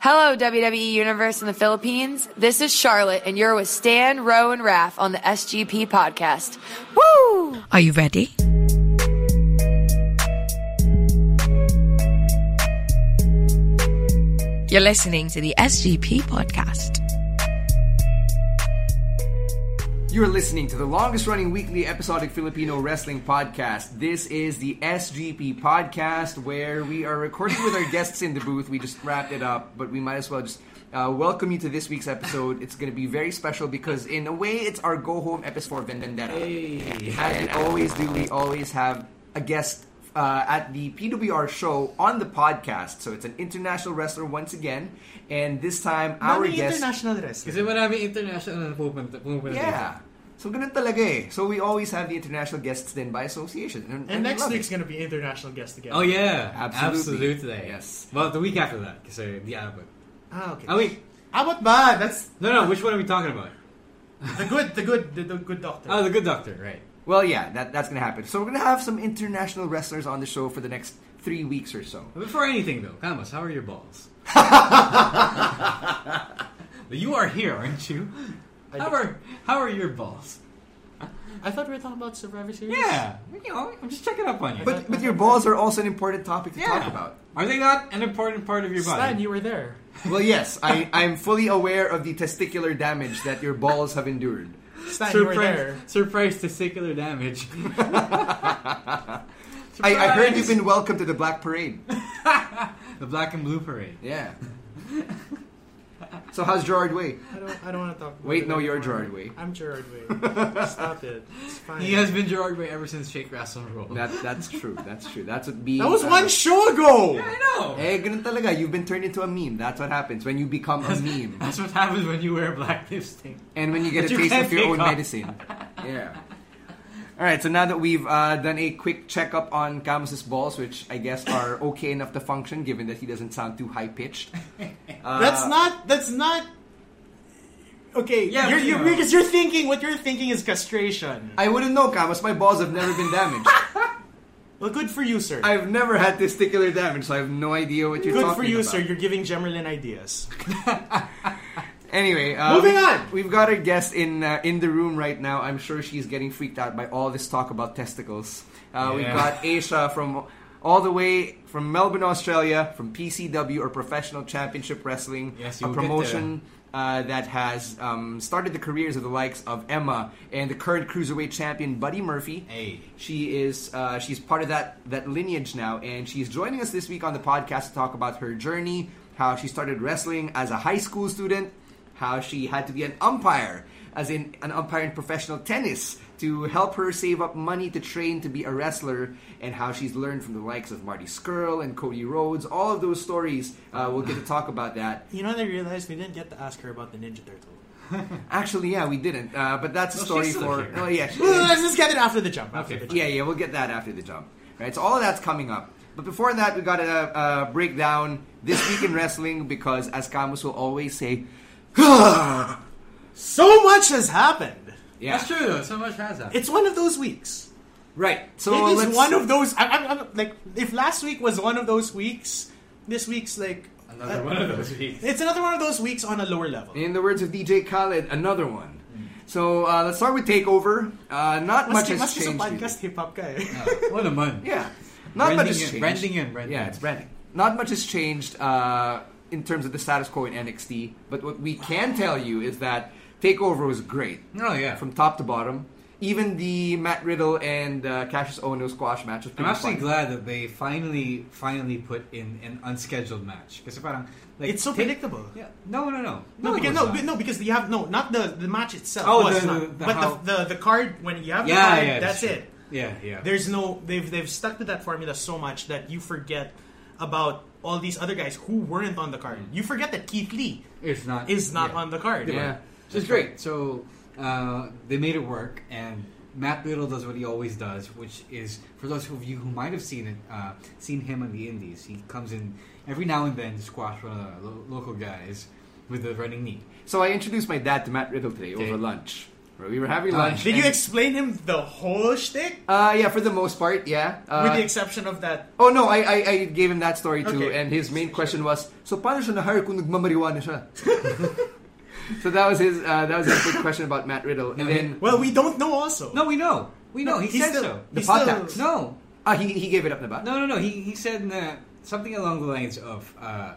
Hello, WWE Universe in the Philippines. This is Charlotte, and you're with Stan, Rowe, and Raph on the SGP podcast. Woo! Are you ready? You're listening to the SGP podcast. You are listening to the longest running weekly episodic Filipino wrestling podcast. This is the SGP podcast where we are recording with our guests in the booth. We just wrapped it up, but we might as well just uh, welcome you to this week's episode. It's going to be very special because, in a way, it's our go home episode for Vendetta. As we always do, we always have a guest uh, at the PWR show on the podcast. So it's an international wrestler once again, and this time our Maraming guest. international wrestler. Kasi marami international na pupunta. pupunta Yeah. So ganun talaga eh. So we always have the international guests then by association. And, and next week's going gonna be international guest again. Oh yeah, Absolutely. absolutely. Yes. Well, the week after that, kasi the Abbott. Ah, okay. Oh wait, Abot ba? That's no, no. Which one are we talking about? the good, the good, the, the good doctor. Oh, the Good Doctor, right? Well, yeah, that, that's going to happen. So we're going to have some international wrestlers on the show for the next three weeks or so. Before anything though, Camus, how are your balls? you are here, aren't you? How are how are your balls? I thought we were talking about Survivor Series. Yeah, you know, I'm just checking up on you. But, but your balls are also an important topic to yeah, talk about. are they not an important part of your Stan, body? you were there. Well, yes, I, I'm fully aware of the testicular damage that your balls have endured. Stan, you were Surprise! there. Surprise! Testicular damage. I, I heard Surprise! you've been welcome to the Black Parade. the Black and Blue Parade. Yeah. So how's Gerard Way? I don't, I don't want to talk. About Wait, it no, you're anymore. Gerard Way. I'm Gerard Way. Stop it. It's fine. He has been Gerard Way ever since Shake Wrestle Roll. That, that's true. That's true. That's what being. that was uh, one show ago. I know. Eh, ganun talaga. You've been turned into a meme. That's what happens when you become a meme. That's what happens when you wear a black lipstick. And when you get a But you taste can't of your pick own up. medicine. Yeah. All right, so now that we've uh, done a quick checkup on Camus's balls, which I guess are okay enough to function, given that he doesn't sound too high pitched. Uh, that's not. That's not. Okay. Yeah, You're, but, you're, you know. because you're thinking what you're thinking is castration. I wouldn't know, Camus. My balls have never been damaged. Well, good for you, sir. I've never had testicular damage, so I have no idea what you're good talking for you, about. sir. You're giving Gemerlin ideas. Anyway, uh, Moving on. We've got a guest in uh, in the room right now. I'm sure she's getting freaked out by all this talk about testicles. Uh, We've Yeah. got Aisha from all the way from Melbourne, Australia, from PCW or Professional Championship Wrestling, Yes, you a will get promotion. Uh, that has um, started the careers of the likes of Emma and the current cruiserweight champion Buddy Murphy. Hey. She is uh, she's part of that that lineage now, and she's joining us this week on the podcast to talk about her journey, how she started wrestling as a high school student, how she had to be an umpire, as in an umpire in professional tennis, to help her save up money to train to be a wrestler, and how she's learned from the likes of Marty Skrull and Cody Rhodes. All of those stories, uh, we'll get to talk about that. You know, what I realized we didn't get to ask her about the Ninja Turtle. Actually, yeah, we didn't, uh, but that's a Well, story she's still for. here. Oh yeah, she- Let's just get it after the jump. After Okay, the jump. Yeah, yeah, we'll get that after the jump. Right, so all of that's coming up. But before that, we got to uh, break down this week in wrestling because, as Camus will always say, So much has happened. yeah, That's true though. So much has happened. It's one of those weeks. right. So It is let's- one of those. I, I'm, I'm like, if last week was one of those weeks, this week's like uh, Another one of those weeks. it's another one of those weeks on a lower level. in the words of DJ Khaled, another one. So uh, let's start with Takeover. Uh, not much Maski- has maski sa changed. really. podcast hip hop ka eh. What a month. Yeah, not much branding has in, changed. branding in, branding Yeah, in. it's branding. Not much has changed uh, in terms of the status quo in NXT. But what we can tell you is that Takeover was great. Oh yeah. from top to bottom. Even the Matt Riddle and uh, Cassius Ono squash match was I'm pretty actually fun. glad that they finally, finally put in an unscheduled match. Because parang like It's so take- predictable. Yeah. No, no, no. No, it because, was no, not. no, because you have no, not the the match itself. Oh, was the- not. the- the but how- the, the the card when you have the Yeah, card, yeah. that's true. it. Yeah, yeah. There's no they've they've stuck to that formula so much that you forget about all these other guys who weren't on the card. You forget that Keith Lee It's Mm. not. is not yeah. on the card. Yeah, which is great. So uh, they made it work, and Matt Little does what he always does, which is for those of you who might have seen it, uh, seen him on the Indies. He comes in every now and then to squash one of the lo- local guys with the running knee. So I introduced my dad to Matt Riddle today over lunch. Where we were having lunch. Did you and- explain him the whole shtick? Uh, yeah, for the most part, yeah. Uh, With the exception of that oh no, I, I I gave him that story too, Okay. and his main question was, so paano siya na-hire kung nagmamarijuana siya? so that was his uh, that was his big question about Matt Riddle, and then Well, we don't know also. No, we know, we know. No, he he's said still- so. he's The still- Patak. No, ah he he gave it up na ba? no, no, no. He he said that something along the lines of, uh,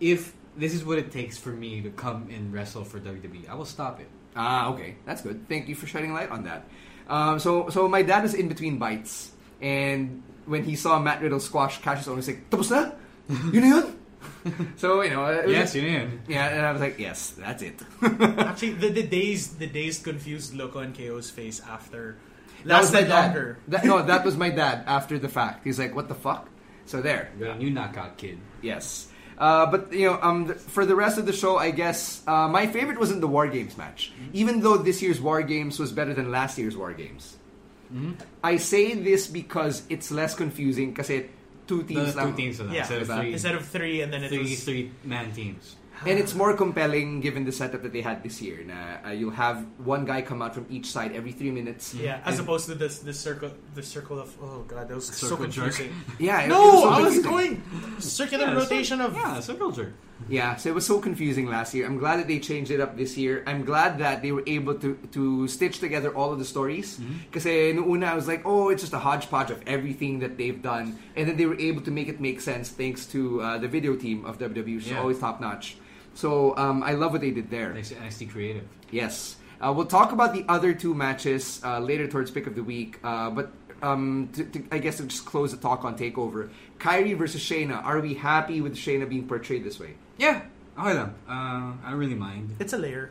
if this is what it takes for me to come and wrestle for WWE, I will stop it. Ah, okay, that's good. Thank you for shedding light on that. Um, so so my dad was in between bites, and when he saw Matt Riddle squash Cassius Owens, he's like, tapos na? Yun na yun? so you know, it was- you did. yeah, and I was like, yes, that's it. Actually, the, the dazed, the dazed, confused look on KO's face after That was my lasted dad. longer. That- no, that was my dad after the fact. He's like, what the fuck? So there. You got a new knockout kid. Yes. Uh, but you know, um, th- for the rest of the show, I guess uh, my favorite wasn't the War Games match, Mm-hmm. even though this year's War Games was better than last year's War Games. Mm-hmm. I say this because it's less confusing because two The teams, two lang. teams of them. Yeah, instead of three, instead of three, and then it three, was three man teams. and it's more compelling given the setup that they had this year. Na, uh, you'll have one guy come out from each side every three minutes. yeah, as And- opposed to this this circle, the circle of oh god, that was so Circle jerk. confusing. yeah. it- it so No, I confusing. was going circular rotation of yeah, circle jerk. Yeah, so it was so confusing last year. I'm glad that they changed it up this year. I'm glad that they were able to to stitch together all of the stories. Because una I was like, oh, it's just a hodgepodge of everything that they've done, and then they were able to make it make sense thanks to uh, the video team of WWE, which is Yeah. always top notch. So um, I love what they did there. Next to NXT creative. Yes. Uh, we'll talk about the other two matches uh, later towards pick of the week, uh, but um, to, to, I guess to just close the talk on Takeover, Kyrie versus Shayna. Are we happy with Shayna being portrayed this way? Yeah, okay then. Uh, I don't really mind. It's a layer,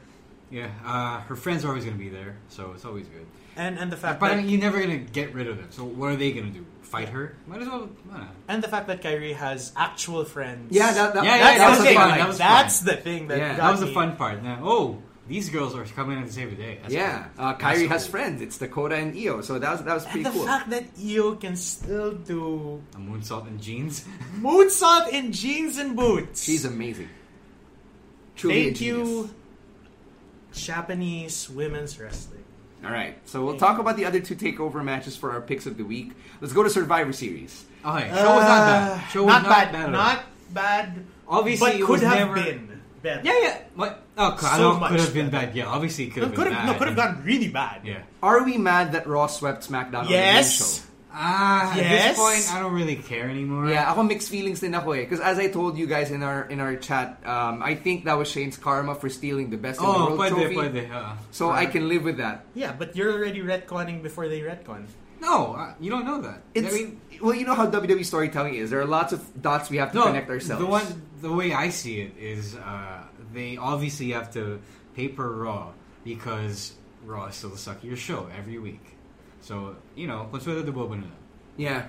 Yeah, uh, her friends are always going to be there, so it's always good. and and the fact But I that mean, you're never going to get rid of them. So what are they going to do? Fight her? Might as well. Why not? and the fact that Kyrie has actual friends. Yeah, that, that, Yeah, yeah, that, that's, that that's a fun. the thing. was fun. That was that's the thing that Yeah, got That was the me. fun part. Now, oh, these girls are coming in to save the day. That's Yeah, cool. uh, Kyrie That's has cool. friends. It's Dakota and Io, so that was that was pretty And the cool. fact that Io can still do A moonsault and jeans. moonsault in jeans and boots. She's amazing. Truly Thank a genius. you, Japanese women's wrestling. All right, so we'll talk about the other two takeover matches for our picks of the week. Let's go to Survivor Series. Okay, Oh, show was not bad. Show was not, bad, bad at all. Uh, not bad. Obviously, but it could was have never- been better. Yeah, yeah. What? Oh, So I don't, much could have been better. bad. Yeah, obviously it could No, have could been have bad. no, could have gone really bad. Yeah. Are we mad that Raw swept SmackDown? Yes. Ah, Yes? at this point, I don't really care anymore. On the main show? Yeah, ako mixed feelings din ako eh. Because as I told you guys in our in our chat, um, I think that was Shane's karma for stealing the best in the Oh, world pwede, trophy. pwede. Uh, So I can live with that. Yeah, but you're already retconning before they retcon. no, uh, you don't know that. It's, I mean, well, you know how WWE storytelling is. There are lots of dots we have to no, connect ourselves. The one, the way I see it is, uh, they obviously have to paper Raw because Raw is still the suckier show every week. So you know, consuelo de bobo na. lang. Yeah.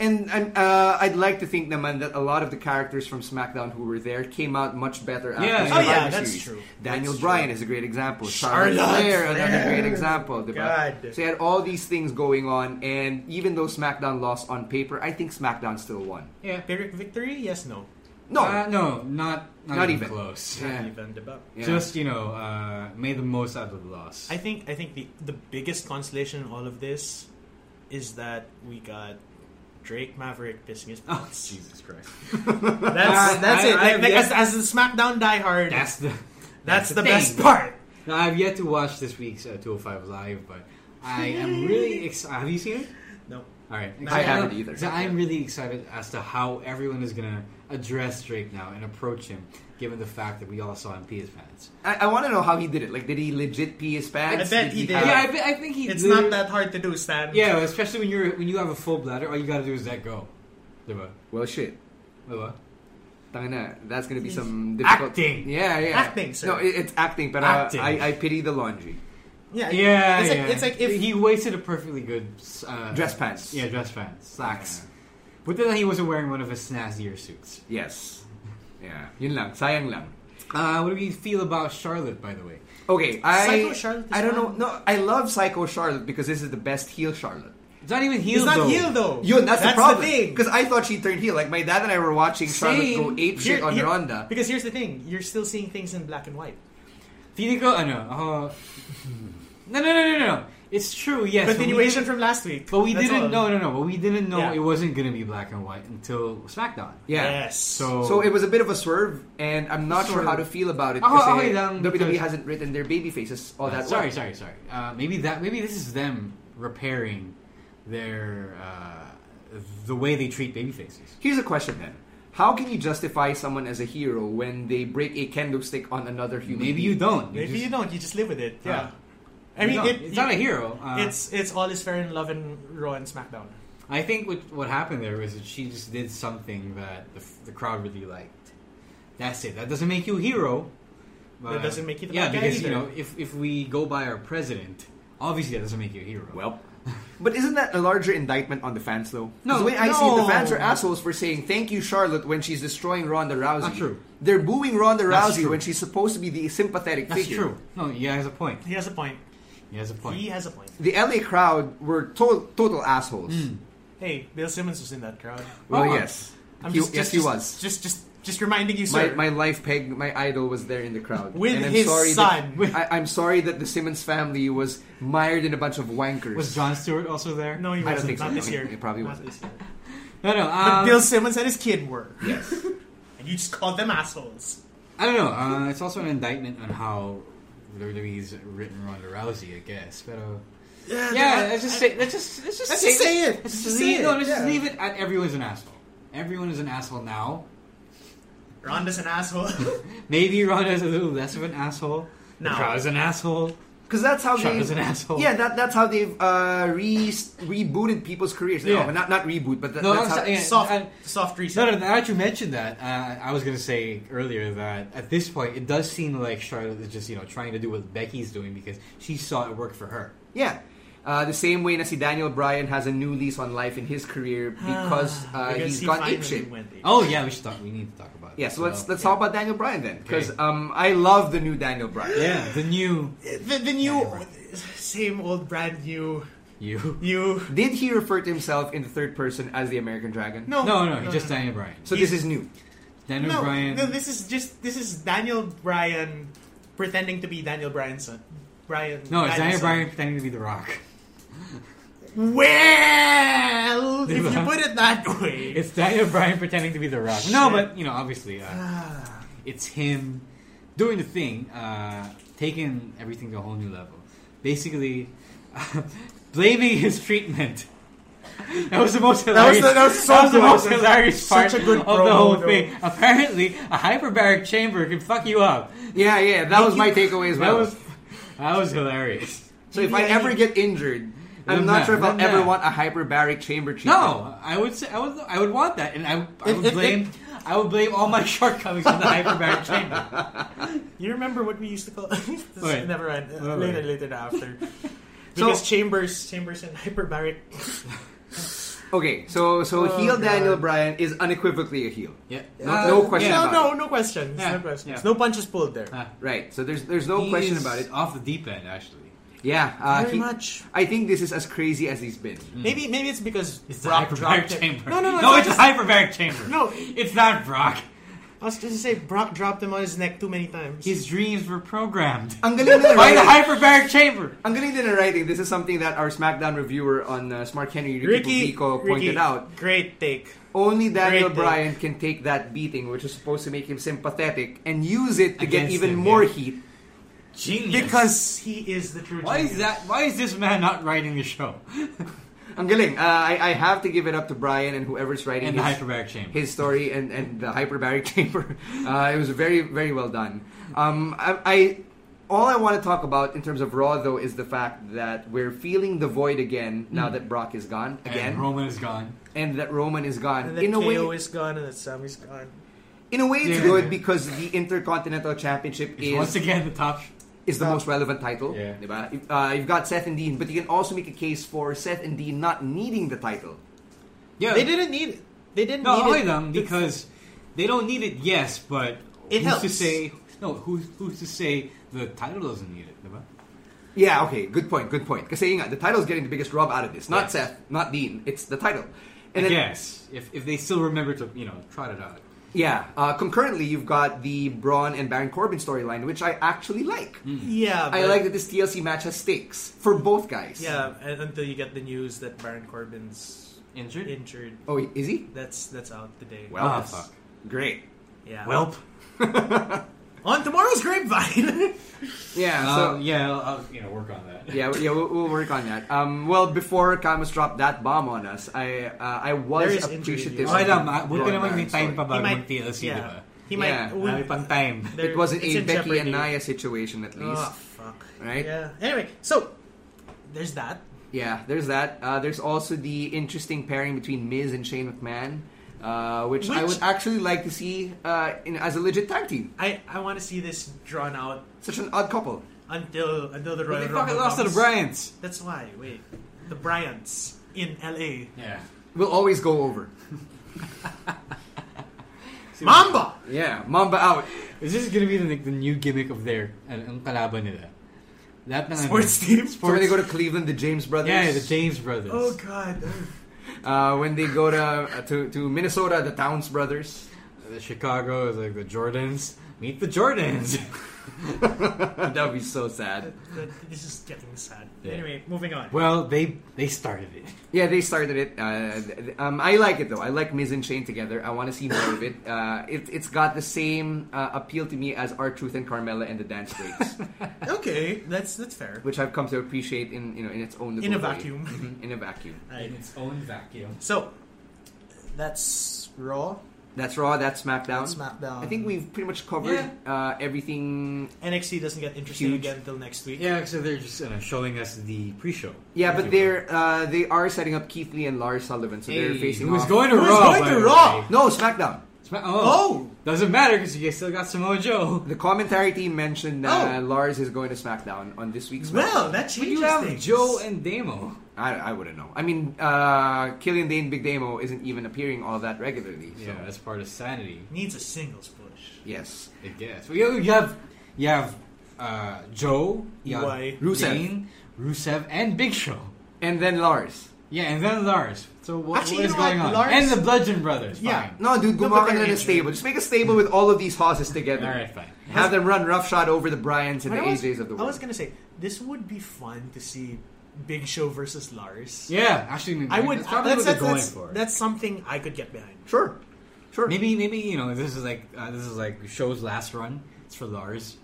And and, uh, I'd like to think, naman, that a lot of the characters from SmackDown who were there came out much better after Yeah, yeah. Survivor Oh, yeah, that's Series. true. Daniel That's Bryan is true. a great example. Charlotte, Charlotte Flair, another Flair. great example. Diba? God. So you had all these things going on, and even though SmackDown lost on paper, I think SmackDown still won. Yeah, Pyrrhic victory? Yes, no. No. Uh, no, not not, Not even. even, close. Yeah. Even the bu- Yeah. Just you know, uh, made the most out of the loss. I think I think the the biggest consolation in all of this is that we got Drake Maverick pissing his oh, pants. Jesus Christ! That's I- that's I- it. I Like, have like, yet- as, as a SmackDown diehard, That's the that's the, thing. best part. Now, I've yet to watch this week's uh, 205 Live, but I am really excited. Have you seen it? No. All right. I haven't either. So I'm really excited as to how everyone is going to address Drake now and approach him, given the fact that we all saw him pee his pants. I, I want to know how he did it. Like, did he legit pee his pants? I bet he did. have- Yeah, I, thi- I think he. It's not literally- that hard to do, Stan. Yeah, especially when you're when you have a full bladder, all you got to do is let go. Diba? Well, shit. Diba? Tanga na. That's gonna be some difficult... Acting. Yeah, yeah. Acting, sir. No, it, it's acting, but uh, Acting. I, I pity the laundry. yeah, Yeah, It's, yeah. Like, it's like if he wasted a perfectly good uh, Dress pants. Yeah, dress pants, slacks. But then he wasn't wearing one of his snazzier suits. Yes. Yeah. Yun lang. Sayang lang. Uh, what do we feel about Charlotte, by the way? Okay, I Psycho Charlotte is I don't know. fine. No, I love Psycho Charlotte because this is the best heel Charlotte. It's not even heel. He's not though. heel though. Yun, that's, the problem. Oh, thing. Because I thought she turned heel. Like my dad and I were watching Charlotte Same. go ape shit Here- on here- Ronda. Because here's the thing: you're still seeing things in black and white. Feeling ko, ano, ako... Ah, Uh, No, no, no, no, no. It's true, yes. but we Continuation didn't- from last week. But we That's didn't... all. No, no, no. But we didn't know Yeah. it wasn't going to be black and white until SmackDown. Yeah. Yes. So, So it was a bit of a swerve, and I'm not sure how to feel about it. Ako- kasi okay lang, WWE because- hasn't written their baby faces oh, all that sorry, well. sorry, sorry. Uh, maybe that. Maybe this is them repairing their... Uh, the way they treat baby faces. Here's a question then: How can you justify someone as a hero when they break a kendo stick on another human? Maybe you being? don't. You Maybe just- you don't. You just live with it. Yeah. I mean, you don't. it, it's not a hero. Uh, it's it's all is fair in love and Raw and SmackDown. I think what what happened there was that she just did something that the, the crowd really liked. That's it. That doesn't make you a hero. but- doesn't make you the yeah. bad guy because either. you know, if if we go by our president, obviously that doesn't make you a hero. Well. But isn't that a larger indictment on the fans, though? 'Cause No, the way I see it, the no. fans are assholes for saying thank you, Charlotte, when she's destroying Ronda Rousey. Not true. They're booing Ronda That's Rousey true. when she's supposed to be the sympathetic that's figure. true. No, he has a point. He has a point. He has a point. He has a point. The LA crowd were to- total assholes. Hmm. Hey, Bill Simmons was in that crowd. Well, Oh. yes. He- yes, he was. Just, just, just reminding you, My, sir. my life peg, my idol was there in the crowd. With and I'm his sorry son. That, I, I'm sorry that the Simmons family was mired in a bunch of wankers. was John Stewart also there? no, he I don't wasn't. think so. Not this No, he- year. he probably Not wasn't. this year. no, no. But Um, Bill Simmons and his kid were. Yes. and you just called them assholes. I don't know. Uh, it's also an indictment on how WWE's written Ronda Rousey, I guess. But uh, yeah, let's just say let's just let's just Let's say, just say it. Let's just, Just leave, say No, it, let's just yeah. leave it at everyone's an asshole. Everyone is an asshole now. Ronda's an asshole. Maybe Ronda is a little less of an asshole. The No. crowd is an asshole. Because that's how Trump they. is an asshole. Yeah, that, that's how they've uh, re- rebooted people's careers. Yeah. No, not not reboot, but that, No, that's I'm how. saying- soft, and- soft No, reset. no. Now that you mentioned that, uh, I was going to say earlier that at this point, it does seem like Charlotte is just you know trying to do what Becky's doing because she saw it work for her. Yeah. Uh, the same way Nasi Daniel Bryan has a new lease on life in his career because, uh, Because he's he gone finally apeshit. went ape Oh yeah, we should talk. We need to talk about. Yeah, this. so let's let's talk about Daniel Bryan then, because um, I love the new Daniel Bryan. yeah the new The, the new, same old brand new, you. you. Did he refer to himself in the third person as the American Dragon? No, No, no, just Daniel Bryan. So this is new. Daniel no, Bryan. No, this is just this is Daniel Bryan pretending to be Daniel Bryan's son. Bryan. No, it's Daniel Bryan's son. Bryan pretending to be The Rock. Well, if you Diba? put it that way, It's Daniel Bryan pretending to be The Rock. No, but you know, obviously, uh, Ah, it's him doing the thing, uh, taking everything to a whole new level. Basically, uh, blaming his treatment. That was the most hilarious. the- that was so the good. most That was hilarious such part a good of promo, the whole though. thing. Apparently, a hyperbaric chamber can fuck you up. Yeah, yeah, that was my takeaway as That well. was that was hilarious. so if I ever get injured, I'm Then not that, sure if I'll then ever that. want a hyperbaric chamber treatment. No, I would say I would I would want that, and I, I would blame I would blame all my shortcomings on the hyperbaric chamber. you remember what we used to call. this Wait. never mind. Wait, later, wait. later after. Because chambers, chambers, and hyperbaric. Okay, so so heel Daniel Bryan is unequivocally a heel. Yeah, No- no question no, about no, no questions. Yeah, No questions. yeah. No punches pulled there. Ah, Right. So there's there's no question about it. Off the deep end, actually. Yeah, uh, Very much. I think this is as crazy as he's been. Maybe, maybe it's because Mm. It's the Brock hyperbaric dropped him. chamber. No, no, no. no, not it's the just- hyperbaric chamber. No. it's not Brock. I was going to say Brock dropped him on his neck too many times. His dreams were programmed Ang galing nila by the writing. hyperbaric chamber. Ang galing nila writing. This is something that our SmackDown reviewer on uh, Smart Henry Ricky, Ricky, Puglico pointed Ricky, out. Great take. Only Daniel Great thing. Bryan can take that beating, which is supposed to make him sympathetic, and use it to get Against even him, more yeah. heat. Genius. Because he is the true. why is genius. that? Why is this man not writing the show? Ang galing. Uh, I, I have to give it up to Bryan and whoever's writing And the his, hyperbaric chamber. his story and, and the hyperbaric chamber. Uh, it was very, very well done. Um, I, I All I want to talk about in terms of Raw, though, is the fact that we're feeling the void again now that Brock is gone. Again. Mm. and Roman is gone. and that Roman is gone. And that in a KO way, is gone and that Sammy's gone. in a way, it's Yeah. good because the Intercontinental Championship He's is once again the top. is the most relevant title. Yeah. diba? If, Uh, you've got Seth and Dean, but you can also make a case for Seth and Dean not needing the title. Yeah, They didn't need it. They didn't No, need only it. them because they don't need it. Yes, but It who's to helps. say? No, who's who's to say the title doesn't need it? Diba? Yeah, okay, good point, good point. Because the title's getting the biggest rub out of this. Not Seth, not Dean. It's the title. And then, I guess if if they still remember to you know trot it out. Yeah. Uh, concurrently, you've got the Braun and Baron Corbin storyline, which I actually like. Hmm. Yeah, I but- like that this TLC match has stakes for both guys. Yeah, and until you get the news that Baron Corbin's Injured? Injured. Oh, is he? That's that's out today. Well, Ah, that's fuck. Great. yeah. Welp. on tomorrow's grapevine. Yeah. Uh, So yeah, I'll, I'll you know work on that. yeah, yeah, we'll, we'll work on that. Um, well, before Camus dropped that bomb on us, I uh, I There was is injury Oh, appreciative. news. of Okay lang, the ma- buti Braun naman may Baron time pa story. ba He mag might- TLC, yeah. di ba? He might- Yeah. we- Marami pang time. There- It was an it's a in Becky and jeopardy. Naya situation, at least. Oh fuck. Right? Yeah. Anyway, so there's that. Yeah, there's that. Uh, there's also the interesting pairing between Miz and Shane McMahon, uh, which, I would Which- actually like to see uh, in, as a legit tag team. I I want to see this drawn out Such an odd couple. until until the Royal But they Rumble fucking lost to the comes. Bryants. That's why. Wait, the Bryants in L.A. Yeah. Will always go over. Mamba. Yeah, Mamba out. Is this gonna be the, like, the new gimmick of their ano, ang kalaban nila? That na, Sports team? So when they go to Cleveland, the James brothers. yeah, the James brothers. Oh god. uh, when they go to, uh, to to Minnesota, the Towns brothers. The Chicago is like the Jordans. Meet the Jordans. that would be so sad. That- this is getting sad. Yeah. Anyway, moving on. well, they they started it. Yeah, they started it. Uh, th- um, I like it though. I like Miz and Shane together. I want to see more of it. Uh, it. It's got the same uh, appeal to me as our Truth and Carmella and the dance breaks. okay, that's that's fair. which I've come to appreciate in you know in its own In a little way. vacuum. Mhm, in a vacuum. Alright. its own vacuum. So that's Raw. That's Raw. That's SmackDown. That's SmackDown. I think we've pretty much covered uh, everything. NXT doesn't get interesting Huge. again until next week. Yeah, so they're just uh, showing us the pre-show. Yeah, if but you they're uh, they are setting up Keith Lee and Lars Sullivan, so will. they're Hey, facing. who's off. going to Who's Raw? going by to the Raw? way? No, SmackDown. Sma- oh, doesn't matter because you guys still got Samoa Joe. The commentary team mentioned that Oh. Lars is going to SmackDown on this week's. Well, SmackDown. that But changes you have things. Joe and Damo. I, I wouldn't know. I mean, uh, Killian Dane Big Demo isn't even appearing all that regularly. So. Yeah, that's part of sanity, needs a singles push. Yes. I guess. But you, you have you have uh, Joe, you have Why? Rusev. Dane, Rusev, and Big Show. And then Lars. Yeah, and then Lars. So what, Actually, what you is know going what? on? Lars- and the Bludgeon Brothers. Yeah. Fine. No, dude, No, gumawa but ka they're na ng injured. stable. Just make a stable with all of these horses together. All right, fine. Have them run roughshod over the Bryans and But the I was- AJs of the world. I was gonna say this would be fun to see Big Show versus Lars. Yeah, actually, I would. uh, That's probably That's, what they're that's, going that's, for. that's something I could get behind. Sure, sure. Maybe, maybe you know, this is like uh, this is like show's last run. It's for Lars,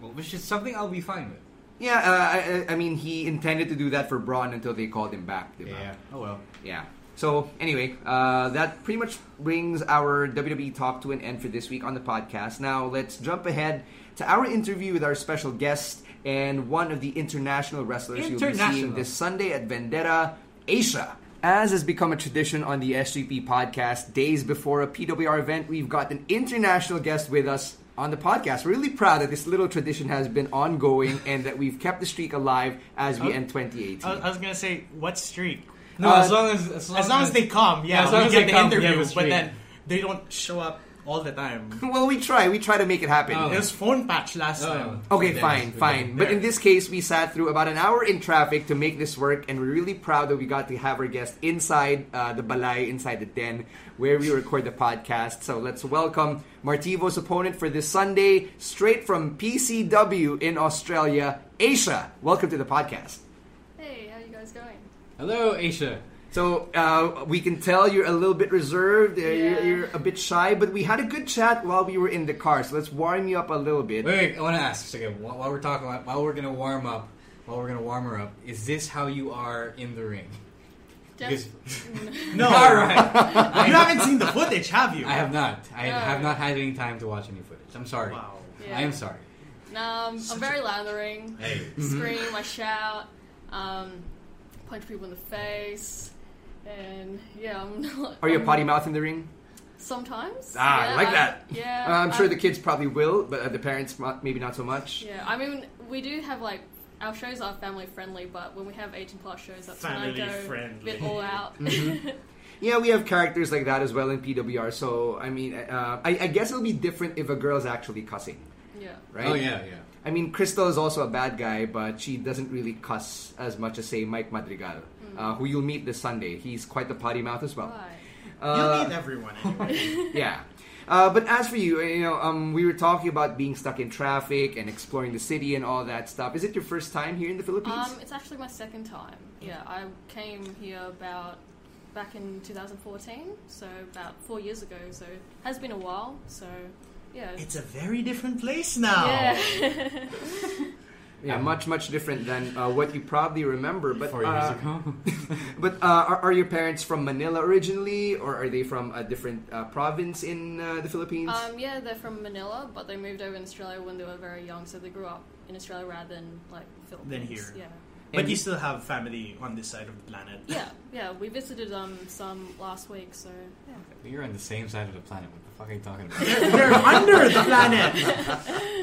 Well, which is something I'll be fine with. Yeah, uh, I- I, I mean, he intended to do that for Braun until they called him back. diba? Oh well. Yeah. So anyway, uh, that pretty much brings our WWE talk to an end for this week on the podcast. Now let's jump ahead to our interview with our special guest and one of the international wrestlers you'll be seeing International. this Sunday at Vendetta, Asia. As has become a tradition on the SGP podcast, days before a PWR event, we've got an international guest with us on the podcast. We're really proud that this little tradition has been ongoing and that we've kept the streak alive as Uh, we end 2018. I, I was gonna say what streak? No, Uh, as long as as long As long as they come, yeah, as long we as get they the come, we have interview, a but streak. then they don't show up all the time. well, we try. We try to make it happen. uh, Oh. It was phone patch last time. Okay, Yeah, fine, it's- fine. But there. in this case, we sat through about an hour in traffic to make this work, and we're really proud that we got to have our guest inside uh, the balay, inside the den, where we record the podcast. So let's welcome Martivo's opponent for this Sunday, straight from PCW in Australia, Asia. Welcome to the podcast. Hey, how you guys going? Hello, Asia. So uh, we can tell you're a little bit reserved, uh, you're, Yeah. you're a bit shy, but we had a good chat while we were in the car. So let's warm you up a little bit. Wait, wait I want to ask. So again, while, while we're talking, about- while we're gonna warm up, while we're gonna warm her up, is this how you are in the ring? Def- No, All right. you haven't seen the footage, have you? I have not. I Yeah. have not had any time to watch any footage. I'm sorry. Wow. Yeah. I am sorry. no, I'm, I'm very loud in the ring. Hey. Scream, I shout, um, punch people in the face, and yeah, I'm not. Are you a I'm- potty mouth in the ring? Sometimes. Ah, I yeah, like that. Yeah. Uh, I'm sure I- the kids probably will, but uh, the parents mu- maybe not so much. Yeah, I mean, we do have like. Our shows are family friendly, but when we have 18 plus shows, that's when I Family go friendly. Mm-hmm. a bit all out. yeah, we have characters like that as well in PWR. So I mean, uh, I, I guess it'll be different if a girl's actually cussing, Yeah. right? Oh yeah, yeah. I mean, Crystal is also a bad guy, but she doesn't really cuss as much as say Mike Madrigal, Hmm. uh, who you'll meet this Sunday. He's quite the potty mouth as well. Why? Uh, you need everyone anyway. yeah. Uh, but as for you, you know, um, we were talking about being stuck in traffic and exploring the city and all that stuff. Is it your first time here in the Philippines? Um, it's actually my second time. Yeah, I came here about back in 2014, so about four years ago. So it has been a while. So yeah, it's a very different place now. yeah, yeah, much much different than uh, what you probably remember. But Um, Four years uh, ago. but uh, are, are your parents from Manila originally, or are they from a different uh, province in uh, the Philippines? um, yeah. They're from Manila, but they moved over in Australia when they were very young, so they grew up in Australia rather than like Philippines. Than here. Yeah. But you still have family on this side of the planet. Yeah, yeah, we visited um some last week, so yeah. You're on the same side of the planet. What the fuck are you talking about? they're under the planet.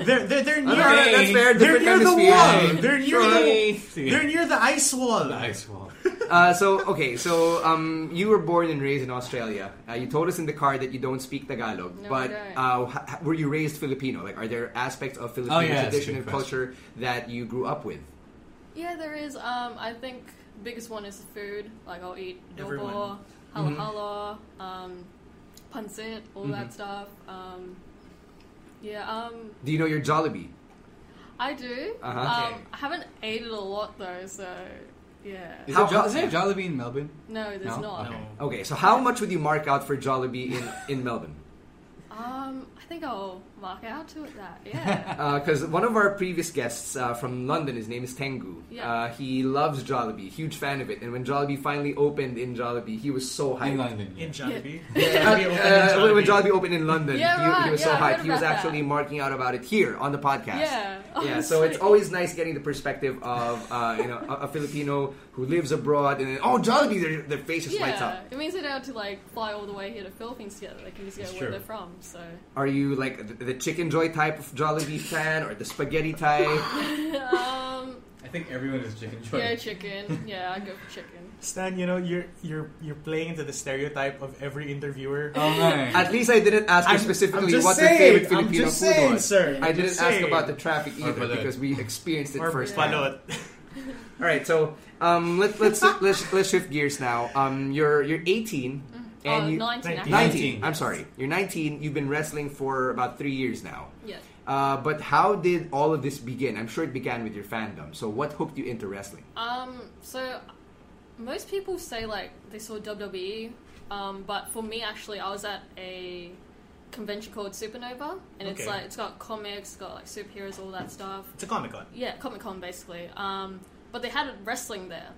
They're they're, they're near. Okay, that's fair. They're Different near the hemisphere. wall. They're near Hey. the. They're near the ice wall. Ice wall. Uh, so okay, so um, you were born and raised in Australia. Uh, you told us in the car that you don't speak Tagalog, No, but I don't. Uh, h- h- were you raised Filipino? Like, are there aspects of Filipino Oh, yeah, that's a tradition good and culture that you grew up with? Yeah, there is. Um, I think biggest one is food. Like I'll eat Everyone. dobo, hala hala, um, pancit, all that stuff. Um, yeah, um, Do you know your Jollibee? I do. Uh-huh. Um, Okay. I haven't ate it a lot though, so yeah. Is, How- there, jo- is there a Jollibee in Melbourne? No, there's No? not. Okay. Okay, so how much would you mark out for Jollibee in, in Melbourne? Um, I think I'll mark out to it that. Yeah. Because one of our previous guests uh, from London, his name is Tengu. Yeah. Uh, he loves Jollibee, huge fan of it. And when Jollibee finally opened in Jollibee, he was so hyped. In London. yeah. In Jollibee. Uh, Jollibee opened in uh, when- when Jollibee. Jollibee opened in London, Yeah, he, he right, was so yeah, I heard hyped. He was about actually marking out about it here on the podcast. Yeah, yeah. So it's honestly. always nice getting the perspective of uh, you know a, a Filipino who lives abroad and then, oh Jollibee, their, their face just lights yeah. up. It means they don't have to like fly all the way here to Philippines together. They can just go It's where true. they're from. So Are you like the, the chicken joy type of Jollibee fan or the spaghetti type? um, I think everyone is chicken joy. yeah, chicken. Yeah, I go for chicken. Stan, you know you're you're you're playing into the stereotype of every interviewer. Oh, man. At least I didn't ask her I'm- I'm specifically just what saying, their favorite I'm Filipino just food saying, was. sir, I I'm didn't just ask saying. about the traffic either balut. because we experienced it or first. Palot. All right, so um, let, let's let's let's shift gears now. Um, you're you're 18 and oh, you 19. 19. Nineteen. 19, I'm yes. sorry, you're 19. You've been wrestling for about three years now. Yeah. Uh, but how did all of this begin? I'm sure it began with your fandom. So what hooked you into wrestling? Um, so most people say like they saw WWE, um, but for me actually, I was at a convention called Supernova, and it's Okay. like it's got comics, it's got like superheroes, all that stuff. It's a comic con. Yeah, Comic Con basically. Um, but they had wrestling there.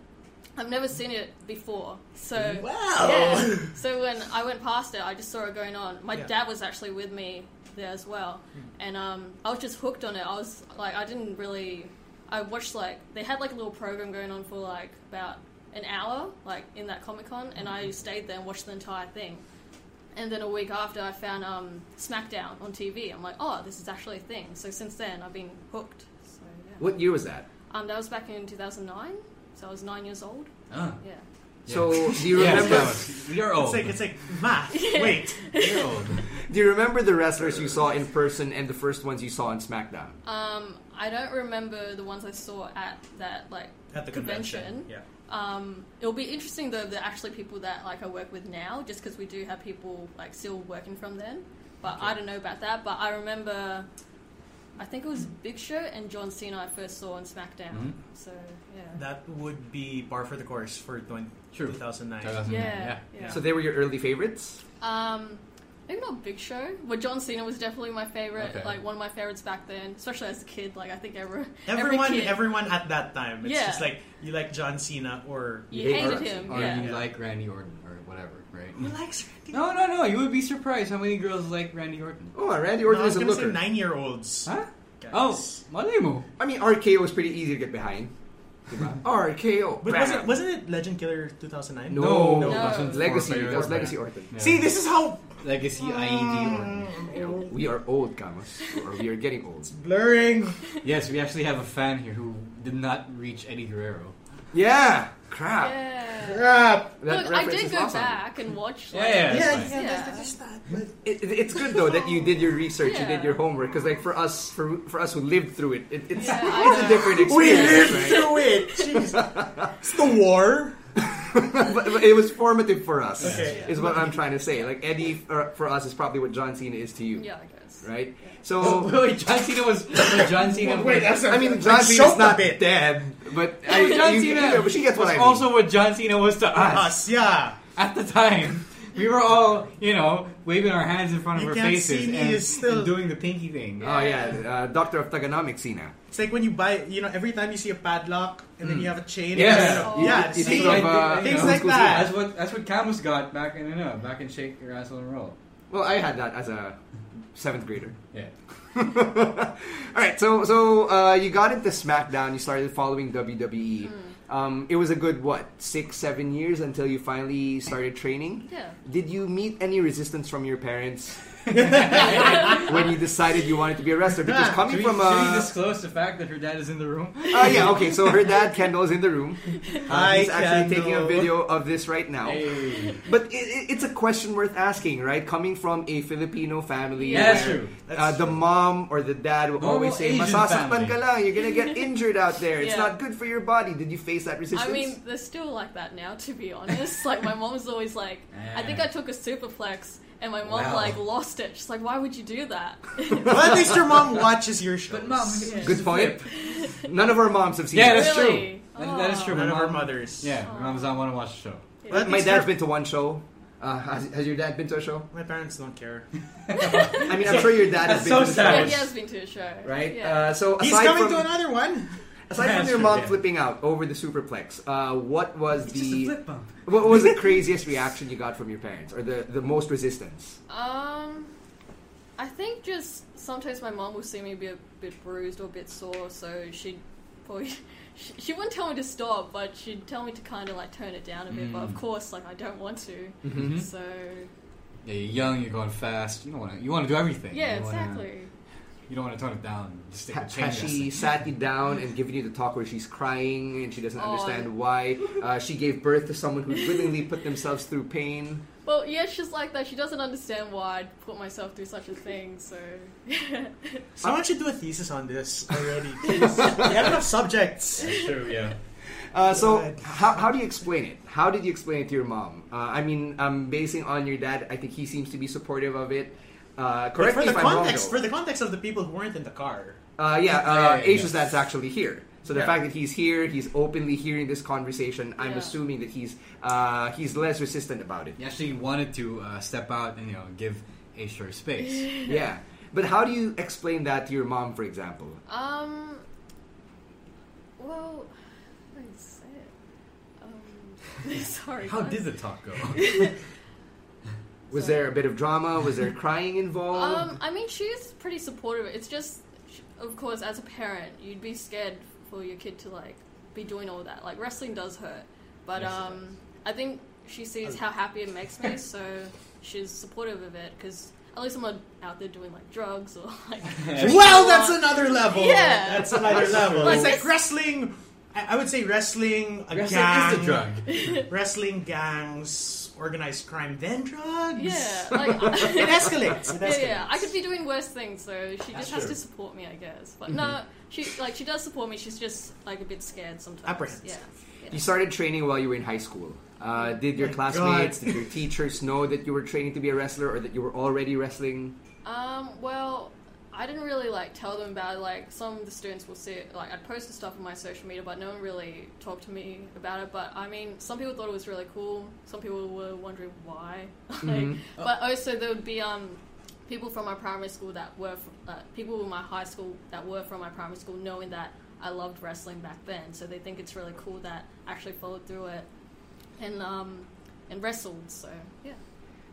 I've never seen it before, so Wow. Yeah. So when I went past it, I just saw it going on. My Yeah. Hmm. dad was actually with me there as well, and um, I was just hooked on it. I was like, I didn't really. I watched like they had like a little program going on for like about an hour, like in that Comic Con, and Hmm. I stayed there and watched the entire thing. And then a week after, I found um, SmackDown on TV. I'm like, oh, this is actually a thing. So since then, I've been hooked. So yeah. What year was that? Um, that was back in 2009, so I was nine years old. Ah. Yeah. So do you Yes, remember? that one. You're old. Oh. It's like it's like math. Wait. You're old. Do you remember the wrestlers you saw in person and the first ones you saw on SmackDown? Um, I don't remember the ones I saw at that like At the convention. Yeah. Um, it'll be interesting though. if They're actually people that like I work with now, just because we do have people like still working from then. But I don't know about that. But I remember, I think it was Big Show and John Cena I first saw on SmackDown. So yeah. That would be par for the course for 20, True. 2009. 2009, yeah, yeah. So they were your early favorites. Um, maybe not Big Show, but John Cena was definitely my favorite, Okay. like one of my favorites back then, especially as a kid. Like I think every Everyone, every kid, everyone at that time. It's Yeah. just like you like John Cena or you They hated are- him. Or yeah. you like Randy Orton or whatever, right? who likes Randy? No, no, no. You would be surprised how many girls like Randy Orton. Oh, Randy No, Orton I is was a gonna say looker. nine year olds. Huh? Guys. Oh, malay mo. I mean, RKO was pretty easy to get behind. Diba? RKO. But Bam. wasn't wasn't it Legend Killer 2009? No, No. that was No. Legacy. Orton. That was Legacy Orton. See, this is how Legacy Mm. IED E Orton. We are old, Camus. Or we are getting old. blurring. Yes, we actually have a fan here who did not reach Eddie Guerrero. Yeah! Crap. Yeah. Crap. That Look, I reference did is go awesome. back and watch. Like, Yeah, yeah. Yeah, it's yeah, fine. Yeah. that's just that. It, it- it's good though that you did your research, you did Yeah. your homework, because like for us, for for us who lived through it, it it's, Yeah, I it's a know. different We experience. lived right? through it. Jeez. It's the war. but, but it was formative for us. Okay. Is what I'm trying to say. Like Eddie for, for us is probably what John Cena is to you. Yeah, I guess. Right. Oh, So wait, John Cena was. Wait, John Cena. was- I mean, John Cena's shocked a not bit. dead, but I, John you- Cena. yeah, but she gets what was I mean. Also, what John Cena was to us Us, yeah. at the time. We were all, you know, waving our hands in front of You our can't faces see me, and, it's still- and doing the pinky thing. Oh yeah, uh, Doctor of Thugonomics Cena. It's like when you buy, you know, every time you see a padlock and then you have a chain. Yes. Yeah, Hmm. You- yeah. you see, think of, uh, things old like school that. That's what that's what Camus got back in you know, back in Shake Your Asshole and Roll. Well, I had that as a seventh grader. Yeah. All right, so so uh, you got into SmackDown. You started following WWE. Um, it was a good what six seven years until you finally started training. Yeah. Did you meet any resistance from your parents when you decided you wanted to be a wrestler? Because coming Should we, from uh, should we a disclose the fact that her dad is in the room? uh, yeah, okay, so her dad Kendall is in the room. Uh, Hi, he's actually taking a Kendall. video of this right now. But i i it's a question worth asking, right? Coming from a Filipino family, Yeah, that's where, true. uh, That's the mom or the dad will Normal always say, Asian "Masasaktan family." ka lang. You're gonna get injured out there. It's Yeah. not good for your body." Did you face that resistance? I mean, they're still like that now, to be honest. Like, my mom's always like, I think I took a superplex, and my mom, Wow. like, lost it. She's like, why would you do that? Well, at least your mom watches your shows. But mom, good point. None of our moms have seen. Yeah, that. that's Really? true. That- that is Oh. true. None of Mom- her mothers. Yeah, my mom's not want to watch the show. Well, at My least dad's your- been to one show. Uh, has, has your dad been to a show? My parents don't care. I mean, I'm sure your dad has That's been so to the sad. Yeah, show, he has been to a show. right? Yeah. Uh, so He's aside coming to from, another one. Aside from That's your true, mom yeah. flipping out over the superplex, uh, what was Just the a flip bump. what was the craziest reaction you got from your parents, or the, the most resistance? Um, I think just sometimes my mom will see me be a bit bruised or a bit sore, so she'd probably. She, she wouldn't tell me to stop, but she'd tell me to kind of like tone it down a bit. But of course, like I don't want to. So Yeah, you're young, you're going fast. You don't want to. You want to do everything. yeah, You wanna- exactly. You don't want to tone it down. Just stick Ha- with Has she changes. sat you down and given you the talk where she's crying and she doesn't Oh, I- understand why uh, she gave birth to someone who willingly put themselves through pain? Well, yeah, she's like that. She doesn't understand why I'd put myself through such a thing. So Someone should do a thesis on this already. please. they have enough subjects. True. Yeah. Uh, so God. how, how do you explain it? How did you explain it to your mom? Uh, I mean, I'm basing on your dad. I think he seems to be supportive of it. Uh, But correct for me the if I'm wrong. context, though. for the context of the people who weren't in the car. Uh, yeah, Yeah, yeah, uh, yeah, Asia's yeah. dad's actually here. So the Yeah. fact that he's here, he's openly hearing this conversation. I'm Yeah. assuming that he's uh, he's less resistant about it. You actually wanted to uh, step out and you know give a her space. Yeah. But how do you explain that to your mom, for example? um, well, how do you say it? Um, sorry. How guys. did the talk go? Was there a bit of drama? Was there crying involved? Um, I mean, she's pretty supportive. It's just, sh- of course, as a parent, you'd be scared for your kid to like be doing all that. Like wrestling does hurt, but Yes, it um, I think she sees how happy it makes me, so she's supportive of it. Because at least I'm not out there doing like drugs or like. Well, that's another level. Yeah. that's another level. Like it's like this- wrestling. I, I would say wrestling, a Wrestling gang, is the drug. wrestling gangs, organized crime, then drugs. yeah, like it escalates. It yeah, escalates. yeah. I could be doing worse things, so she That's just has true. Mm-hmm. to support me, I guess. But no, she like she does support me. She's just like a bit scared sometimes. Apprehensive. Yeah. yeah. you started training while you were in high school. Uh, did your God. classmates, did your teachers know that you were training to be a wrestler or that you were already wrestling? Um, well, I didn't really like tell them about it. Like some of the students will see it. Like I'd posted stuff on my social media, but no one really talked to me about it. But I mean, some people thought it was really cool. Some people were wondering why. like, But also there would be um. People from my primary school that were fr- uh, people in my high school that were from my primary school, knowing that I loved wrestling back then, so they think it's really cool that I actually followed through it and um, and wrestled. So yeah,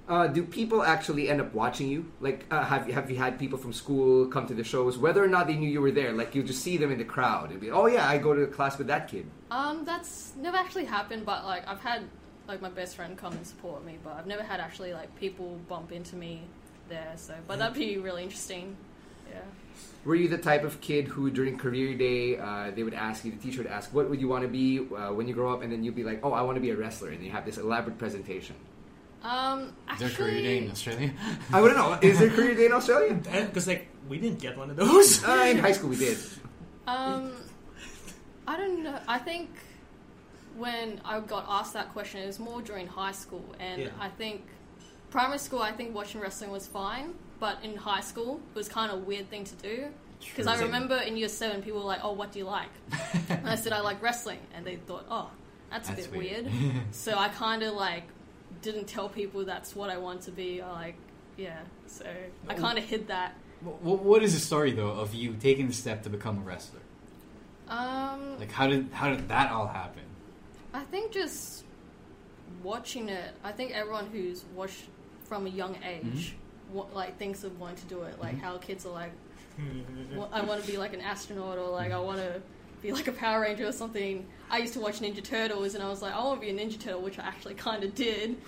Uh, do people actually end up watching you? Like, uh, have have you had people from school come to the shows, whether or not they knew you were there? Like, you just see them in the crowd and be, oh yeah, I go to class with that kid. Um, that's never actually happened, but like I've had like my best friend come and support me, but I've never had actually like people bump into me there. So, but that'd be really interesting. Yeah. Were you the type of kid who, during career day, uh, they would ask you, the teacher would ask, what would you want to be uh, when you grow up? And then you'd be like, oh, I want to be a wrestler. And you have this elaborate presentation. Um, Their actually, career day in Australia. I wouldn't know. Is there career day in Australia? Because like we didn't get one of those. Uh, in high school, we did. Um, I don't know. I think when I got asked that question, it was more during high school, and Yeah. I think primary school, I think watching wrestling was fine, but in high school, it was kind of a weird thing to do. Because I remember in year seven, people were like, "Oh, what do you like?" and I said, "I like wrestling," and they thought, "Oh, that's, That's a bit weird." weird." so I kind of like didn't tell people that's what I wanted to be. I like, yeah. So I Oh. kind of hid that. What, what is the story though of you taking the step to become a wrestler? Um, Like how did how did that all happen? I think just watching it. I think everyone who's watched from a young age, Mm-hmm. wa- like thinks of wanting to do it. Like how kids are like, "Wa- I want to be like an astronaut, or like I want to be like a Power Ranger or something. I used to watch Ninja Turtles, and I was like, I want to be a Ninja Turtle, which I actually kind of did.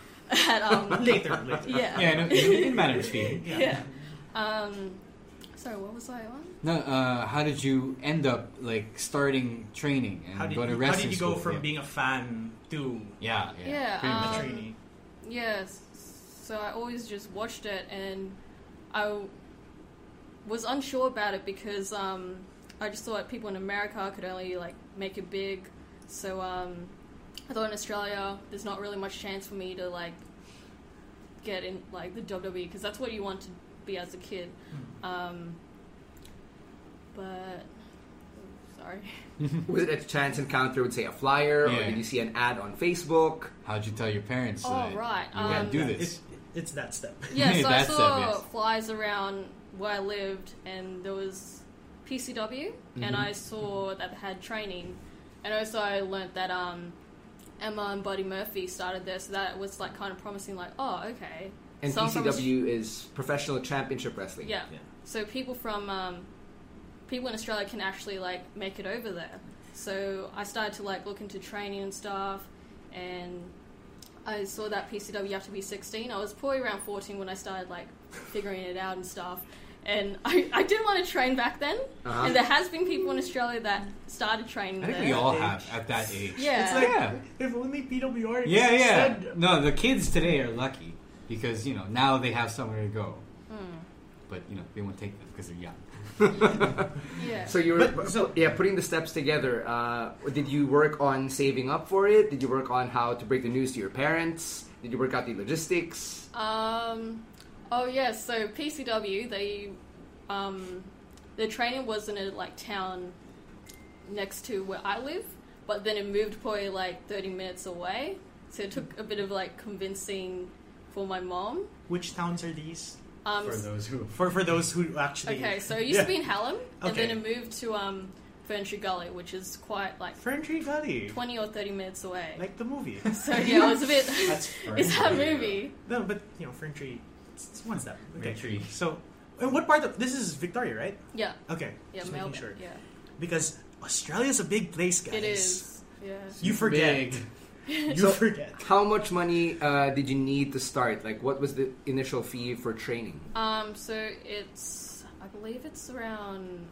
At um, later, later. yeah, Yeah, no, in, in matter of speaking. yeah. Um, sorry, what was I on? No, uh, how did you end up like starting training and How did, go to you, how wrestling did you go school? from yeah. being a fan to yeah, yeah, Yeah, pretty a much. um, trainee? Yes. So I always just watched it, and I w- was unsure about it because um, I just thought people in America could only like make it big. So um, I thought in Australia, there's not really much chance for me to like get in like the WWE because that's what you want to be as a kid. Um, but sorry, Was it a chance encounter with, say, a flyer? Or Yeah. did you see an ad on Facebook? How'd you tell your parents? Oh, that right, You gotta um, do It- this. it's that step. yeah. So I That's saw obvious. flies around where I lived, and there was PCW, and Mm-hmm. I saw that they had training, and also I learnt that um, Emma and Buddy Murphy started this. So that was like kind of promising, like oh okay. And Someone from Aus- PCW is Professional Championship Wrestling. yeah. Yeah. So people from um, people in Australia can actually like make it over there. So I started to like look into training and stuff, and I saw that PCW you have to be 16. I was probably around 14 when I started like figuring it out and stuff. And I, I didn't want to train back then, and there has been people in Australia that started training Uh-huh. I think there. we all have at that age. yeah, It's like Yeah. if only PWR. Yeah, just yeah. said- No, the kids today are lucky because you know now they have somewhere to go. Hmm. But you know they won't take them because they're young. yeah. So you were yeah putting the steps together. Uh, did you work on saving up for it? Did you work on how to break the news to your parents? Did you work out the logistics? Um, oh yes. so PCW they um, the training was in a like town next to where I live, but then it moved probably like thirty minutes away. So it took a bit of like convincing for my mom. Which towns are these? Um, For those who For for those who actually. okay, so it used to be in Hallam, and Okay. then it moved to um, Ferntree Gully, which is quite like Ferntree Gully, twenty or thirty minutes away. like the movie. so yeah, it was a bit. that's it's that movie. no, but you know Ferntree, it's, it's one step. Okay. Ferntree. So, and what part of this is Victoria, right? Yeah, Okay. yeah, just making Melbourne. sure. Yeah, Because Australia's a big place, guys. it is. Yeah. You forget. Big. You So- forget. How much money uh, did you need to start? Like, what was the initial fee for training? Um, so it's, I believe it's around.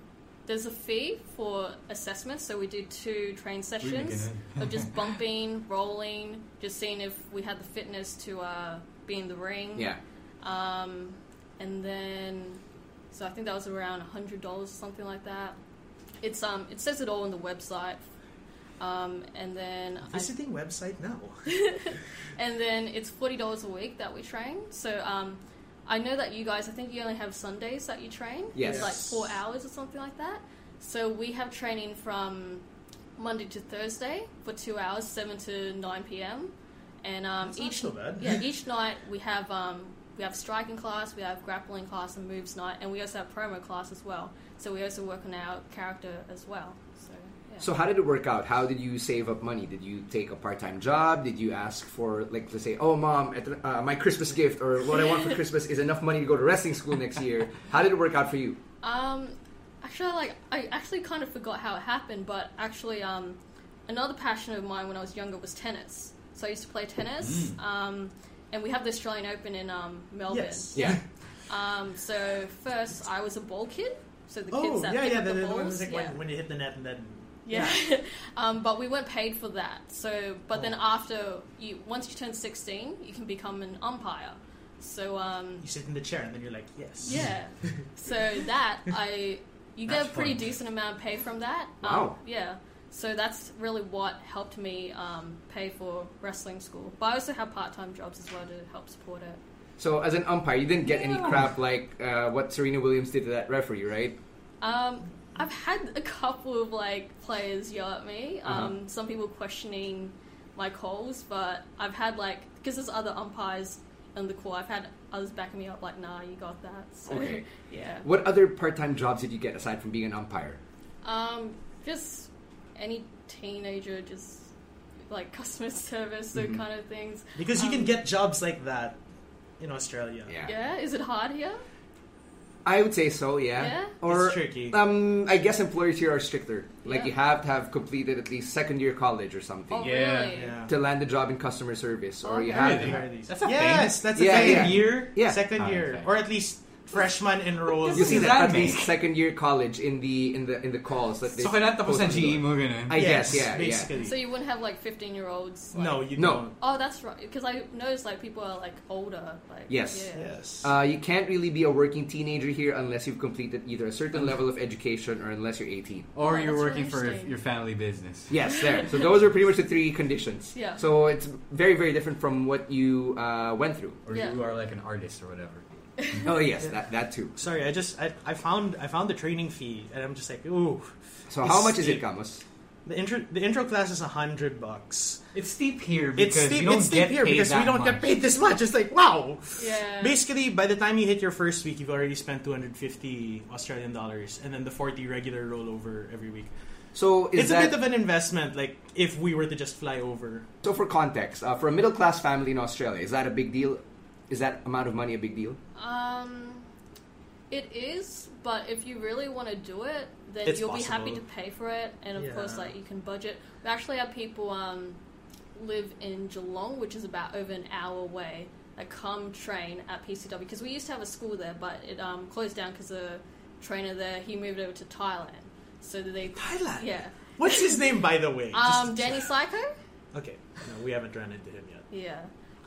There's a fee for assessment, so we do two train sessions of just bumping, rolling, just seeing if we had the fitness to uh, be in the ring. Yeah, Um, and then, so I think that was around hundred dollars, something like that. It's um, it says it all on the website. Um, and then I Visiting website now. and then it's forty dollars a week that we train. So um, I know that you guys, I think you only have Sundays that you train. Yes. it's like four hours or something like that. So we have training from Monday to Thursday for two hours, seven to nine p.m. And um, That's not each so bad. yeah each night we have um, we have striking class, we have grappling class, and moves night, and we also have promo class as well. So we also work on our character as well. So yeah. So how did it work out? How did you save up money? Did you take a part-time job? Did you ask for like let's say, oh mom, at the- uh, my Christmas gift or what I want for Christmas is enough money to go to wrestling school next year? How did it work out for you? Um, actually, like I actually kind of forgot how it happened, but actually, um, another passion of mine when I was younger was tennis. Mm. So I used to play tennis. Um, and we have the Australian Open in um, Melbourne. Yes. Yeah, Um, so first, I was a ball kid. So the oh, kids that yeah, pick yeah. up the, The, the, balls, ones like yeah. when, when you hit the net and then. Yeah. um, but we weren't paid for that. So, but Oh. then after you, once you turn sixteen, you can become an umpire. So, um, You sit in the chair and then you're like, yes. yeah. so that I, you get That's a pretty fun. decent amount of pay from that. Um, Wow. yeah. So that's really what helped me um, pay for wrestling school. But I also have part-time jobs as well to help support it. So as an umpire, you didn't get any crap like uh, what Serena Williams did to that referee, right? Um, I've had a couple of like players yell at me. Um, Some people questioning my calls, but I've had like because there's other umpires in the call. I've had others backing me up like, "Nah, you got that." So, Okay. yeah. What other part-time jobs did you get aside from being an umpire? Um, just any teenager, just like customer service, those kind of things. Because you Um, can get jobs like that in Australia. Yeah, is it hard here? I would say so, yeah. Yeah? Or It's tricky. Um, I guess employers here are stricter. Like Yeah. you have to have completed at least second year college or something Oh, Yeah, really? Yeah. to land a job in customer service, or you Okay. have Where to are these? That's a yes, that's Yeah, a thing. yeah. year. Yeah. Second Oh, year. okay. Or at least freshman enrolls. You see Does that, that at make- least second year college in the in the in the calls that they So kailan tapos E post na on the GE door. mo ganun? I guess, yeah, yeah. basically. So you wouldn't have like 15 year olds. no, you No. don't. Oh, that's right. Because I noticed like people are like older. Like Yes. yeah. Yes. Uh, you can't really be a working teenager here unless you've completed either a certain level of education or unless you're 18. Or Oh, you're that's working really for interesting. your family business. Yes, there. So those are pretty much the three conditions. Yeah. So it's very, very different from what you uh, went through. Or Yeah. you are like an artist or whatever. Oh yes, that, that too. Sorry, I just I, I found I found the training fee and I'm just like, ooh. So It's how much is it, steep. Camus? The intro the intro class is a hundred bucks. It's steep here It's because steep, you don't it's steep get here paid because we that don't much. get paid this much. It's like wow. Yeah. Basically, by the time you hit your first week, you've already spent 250 Australian dollars, and then the 40 regular rollover every week. So is it's that a bit of an investment. Like if we were to just fly over, so for context uh, for a middle class family in Australia? Is that a big deal? Is that amount of money a big deal? Um, it is, but if you really want to do it, then It's you'll be happy to possible. pay for it, and of course, Yeah. like you can budget. We actually have people um live in Geelong, which is about over an hour away. That come train at PCW because we used to have a school there, but it um, closed down because the trainer there he moved over to Thailand. So that they Thailand? yeah. what's his name by the way? Um, Danny Psycho, Just- okay, no, we haven't run into him yet. yeah.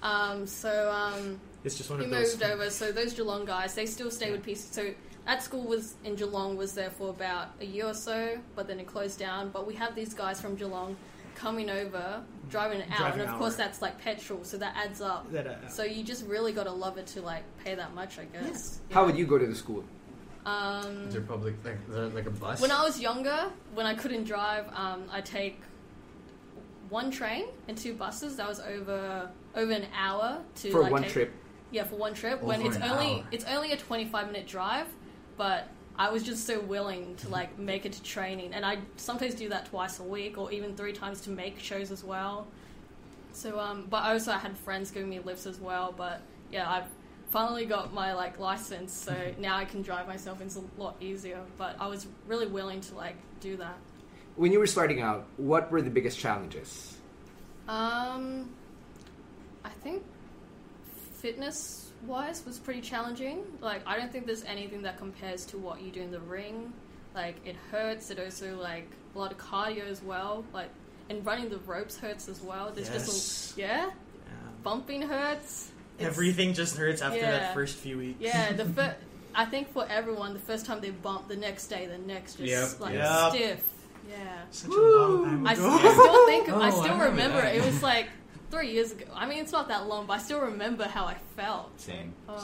Um, so um, It's just one He of those. moved over, so those Geelong guys, they still stay with PC. So at school was in Geelong was there for about a year or so, but then it closed down. But we have these guys from Geelong coming over, driving an hour, Drive an and of course hour. that's like petrol, so that adds up. That, uh, so you just really got to love it to like pay that much, I guess. How would you go to the school? Is there public like, is there like a bus? When I was younger, when I couldn't drive, um, I take one train and two buses. That was over over an hour to For like, one take- trip. Yeah, for one trip. when Over it's an only hour. it's only a twenty five minute drive, but I was just so willing to like make it to training, and I sometimes do that twice a week or even three times to make shows as well. So, um, but also I had friends giving me lifts as well. But yeah, I've finally got my like license, so now I can drive myself. and It's a lot easier. But I was really willing to like do that. When you were starting out, what were the biggest challenges? Um, I think fitness wise was pretty challenging. Like, I don't think there's anything that compares to what you do in the ring. Like, it hurts. It also like a lot of cardio as well. Like, and running the ropes hurts as well. There's Yes. just a, yeah, bumping hurts. It's- Everything just hurts after Yeah. that first few weeks. Yeah, the fir- I think for everyone, the first time they bump, the next day, the next just Yep. like Yep. stiff. Yeah. Such a long time I, s- ago. I still think Oh, I I still remember remember that. it. It was like three years ago. I mean, it's not that long, but I still remember how I felt. Same. Oh.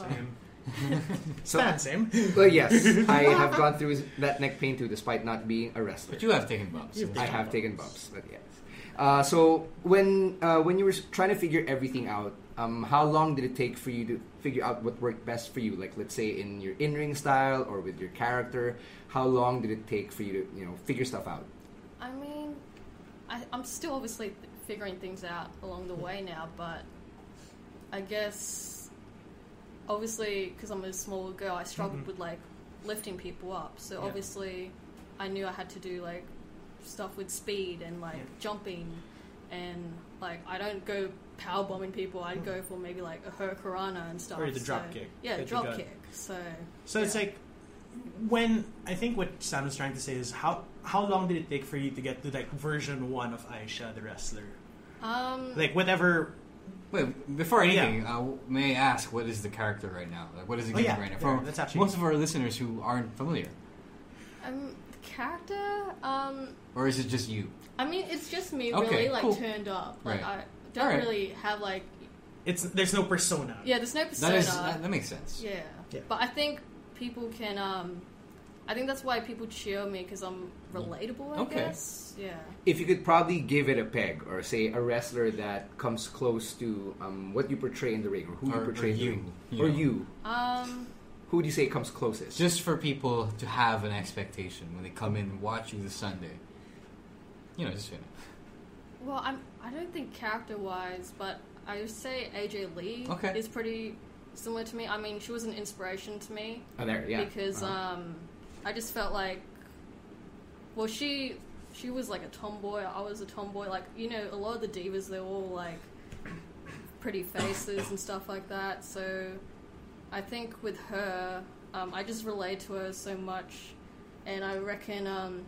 Stan, same. Well, yes, I have gone through that neck pain too, despite not being a wrestler. But you have taken bumps. I have taken bumps, but yes. Uh, so when uh, when you were s- trying to figure everything out, um, how long did it take for you to figure out what worked best for you? Like, let's say in your in-ring style or with your character, how long did it take for you to you know figure stuff out? I mean, I, I'm still obviously th- figuring things out along the way now, but I guess obviously because I'm a small girl, I struggled Mm-hmm. with like lifting people up. So obviously, I knew I had to do like stuff with speed and like jumping, and like I don't go power bombing people, I'd go for maybe like a Hurricanrana and stuff. Mm-hmm. Or the drop so- kick Yeah, that you drop got. kick. So So it's like when I think what Sam is trying to say is how how long did it take for you to get to like version one of Aisha the wrestler? um, Like whatever. Wait, before anything, uh, may I ask what is the character right now? Like, what is it Oh, doing yeah, right now? yeah, For that's actually- most of our listeners who aren't familiar, um, the character. Um, or is it just you? I mean, it's just me Okay, really like cool. turned up. Like Right. I don't Alright. really have like It's there's no persona. yeah. There's no persona. That is that, that makes sense. Yeah. Yeah. But I think people can. Um, I think that's why people cheer me because I'm relatable. I Okay. guess. Yeah. If you could probably give it a peg, or say a wrestler that comes close to um, what you portray in the ring, or who Or- you or portray in the you, ring, you or know. you, Um. who would you say comes closest? Just for people to have an expectation when they come in and watch you this Sunday. You know, just you know. Well, I'm. I don't think character wise, but I would say AJ Lee Okay. is pretty similar to me. I mean, she was an inspiration to me oh, there, yeah. because Uh-huh. um, I just felt like, well, she she was like a tomboy. I was a tomboy. Like you know, a lot of the divas, they're all like pretty faces and stuff like that. So I think with her, um, I just relate to her so much, and I reckon um,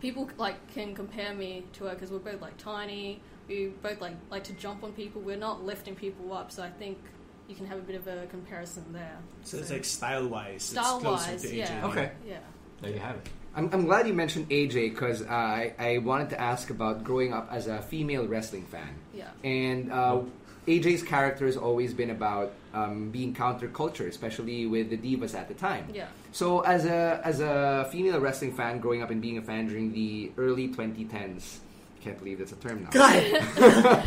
people like can compare me to her because we're both like tiny. We both like like to jump on people. We're not lifting people up, so I think you can have a bit of a comparison there. So it's like style wise. Style wise, yeah. Okay. Yeah. There you have it. I'm, I'm glad you mentioned AJ because uh, I, I wanted to ask about growing up as a female wrestling fan. Yeah. And uh, AJ's character has always been about um, being counterculture, especially with the divas at the time. Yeah. So as a as a female wrestling fan growing up and being a fan during the early 2010s, can't believe that's a term now.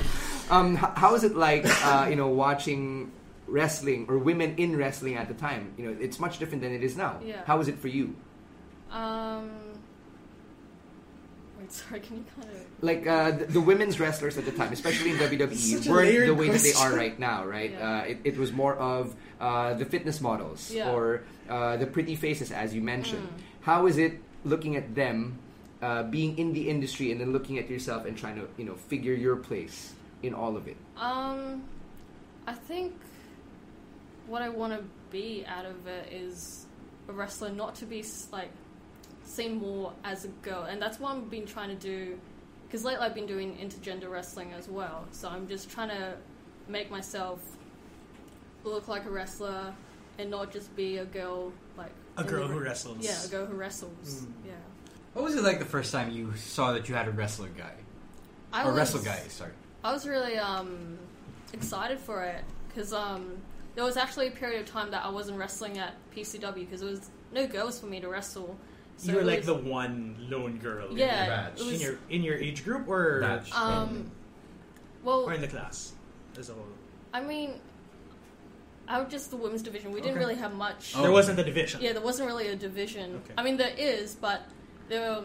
um, h- how is it like, uh, you know, watching wrestling or women in wrestling at the time? You know, it's much different than it is now. Yeah. How was it for you? Um. Wait, sorry. Can you kind of? like uh, the, the women's wrestlers at the time, especially in Such WWE, a weren't layered the way that they question. are right now, right? Yeah. Uh, it, it was more of uh, the fitness models Yeah. or uh, the pretty faces, as you mentioned. Mm. How is it looking at them, uh, being in the industry, and then looking at yourself and trying to you know figure your place in all of it? Um, I think what I want to be out of it is a wrestler, not to be s- like seen more as a girl, and that's what I've been trying to do. Because lately I've been doing intergender wrestling as well, so I'm just trying to make myself look like a wrestler and not just be a girl like A in the girl who ring. wrestles. Hmm. Yeah, a girl who wrestles. Yeah, What was it like the first time you saw that you had a wrestler guy? I or was- wrestle guy, sorry. I was really um, excited for it because um, there was actually a period of time that I wasn't wrestling at PCW because there was no girls for me to wrestle. So you were it like was- the one lone girl. yeah. batch. It In was, your in your age group or um, well, or in the class as a whole. I mean, I was just the women's division. We didn't really have much. There wasn't a division. Yeah, there wasn't really a division. Okay. I mean, there is, but there were,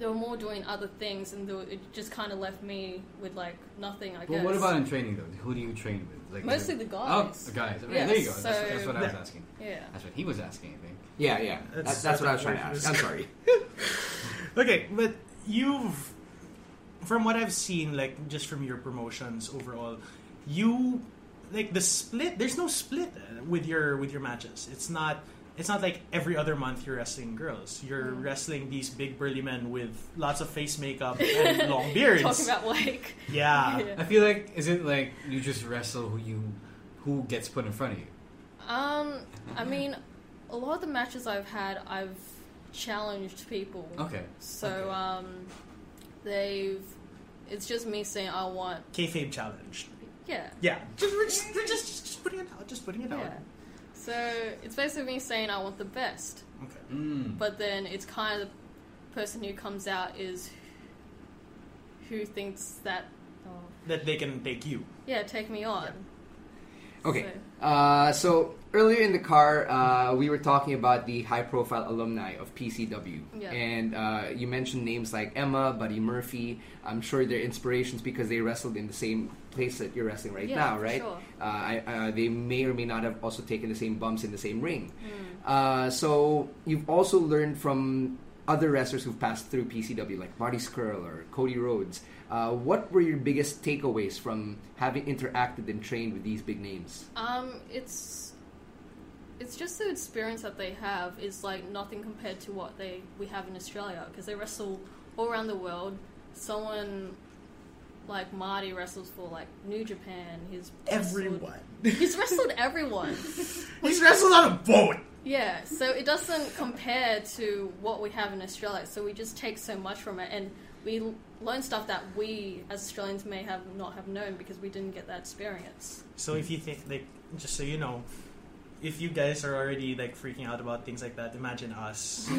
they were more doing other things, and they were, it just kind of left me with like nothing. I Well, guess. what about in training though? Who do you train with? Like, Mostly is it- the guys. Oh, the guys. Right, Yeah, there you go. That's, so- that's what I was Yeah. asking. Yeah. That's what he was asking, I think. Yeah, yeah, That's- that's, that's what I was trying to that's- ask. I'm sorry. Okay, but you've from what I've seen, like just from your promotions overall, you like the split. There's no split uh, with your with your matches. It's not. It's not like every other month you're wrestling girls. You're Mm. wrestling these big burly men with lots of face makeup and long beards. Talking about like yeah. I feel like is it like you just wrestle who you who gets put in front of you? Um, I mean, a lot of the matches I've had, I've challenged people. Okay. So Okay. um, they've. It's just me saying I want. Kayfabe challenge. Yeah. Yeah. Just we're just, we're just just putting it out. Just putting it Yeah. out. So it's basically me saying I want the best, Okay. Hmm. but then it's kind of the person who comes out is who thinks that. Oh, That they can take you. yeah, take me on. Okay. So- Uh, so earlier in the car, uh, we were talking about the high-profile alumni of PCW, Yeah. and uh, you mentioned names like Emma, Buddy Murphy. I'm sure they're inspirations because they wrestled in the same place that you're wrestling right Yeah, now, for right? sure. Uh, I, uh, they may or may not have Hmm. also taken the same bumps in the same ring. Uh, so you've also learned from other wrestlers who've passed through PCW, like Marty Skrull or Cody Rhodes. Uh, what were your biggest takeaways from having interacted and trained with these big names? Um, it's it's just the experience that they have is like nothing compared to what they we have in Australia because they wrestle all around the world. Someone like Marty wrestles for like New Japan. He's wrestled- Everyone. He's wrestled everyone. He's wrestled on a boat. Yeah, so it doesn't compare to what we have in Australia. So we just take so much from it, and we l- learn stuff that we as Australians may have not have known because we didn't get that experience. So if you think like just so you know, if you guys are already like freaking out about things like that, imagine us.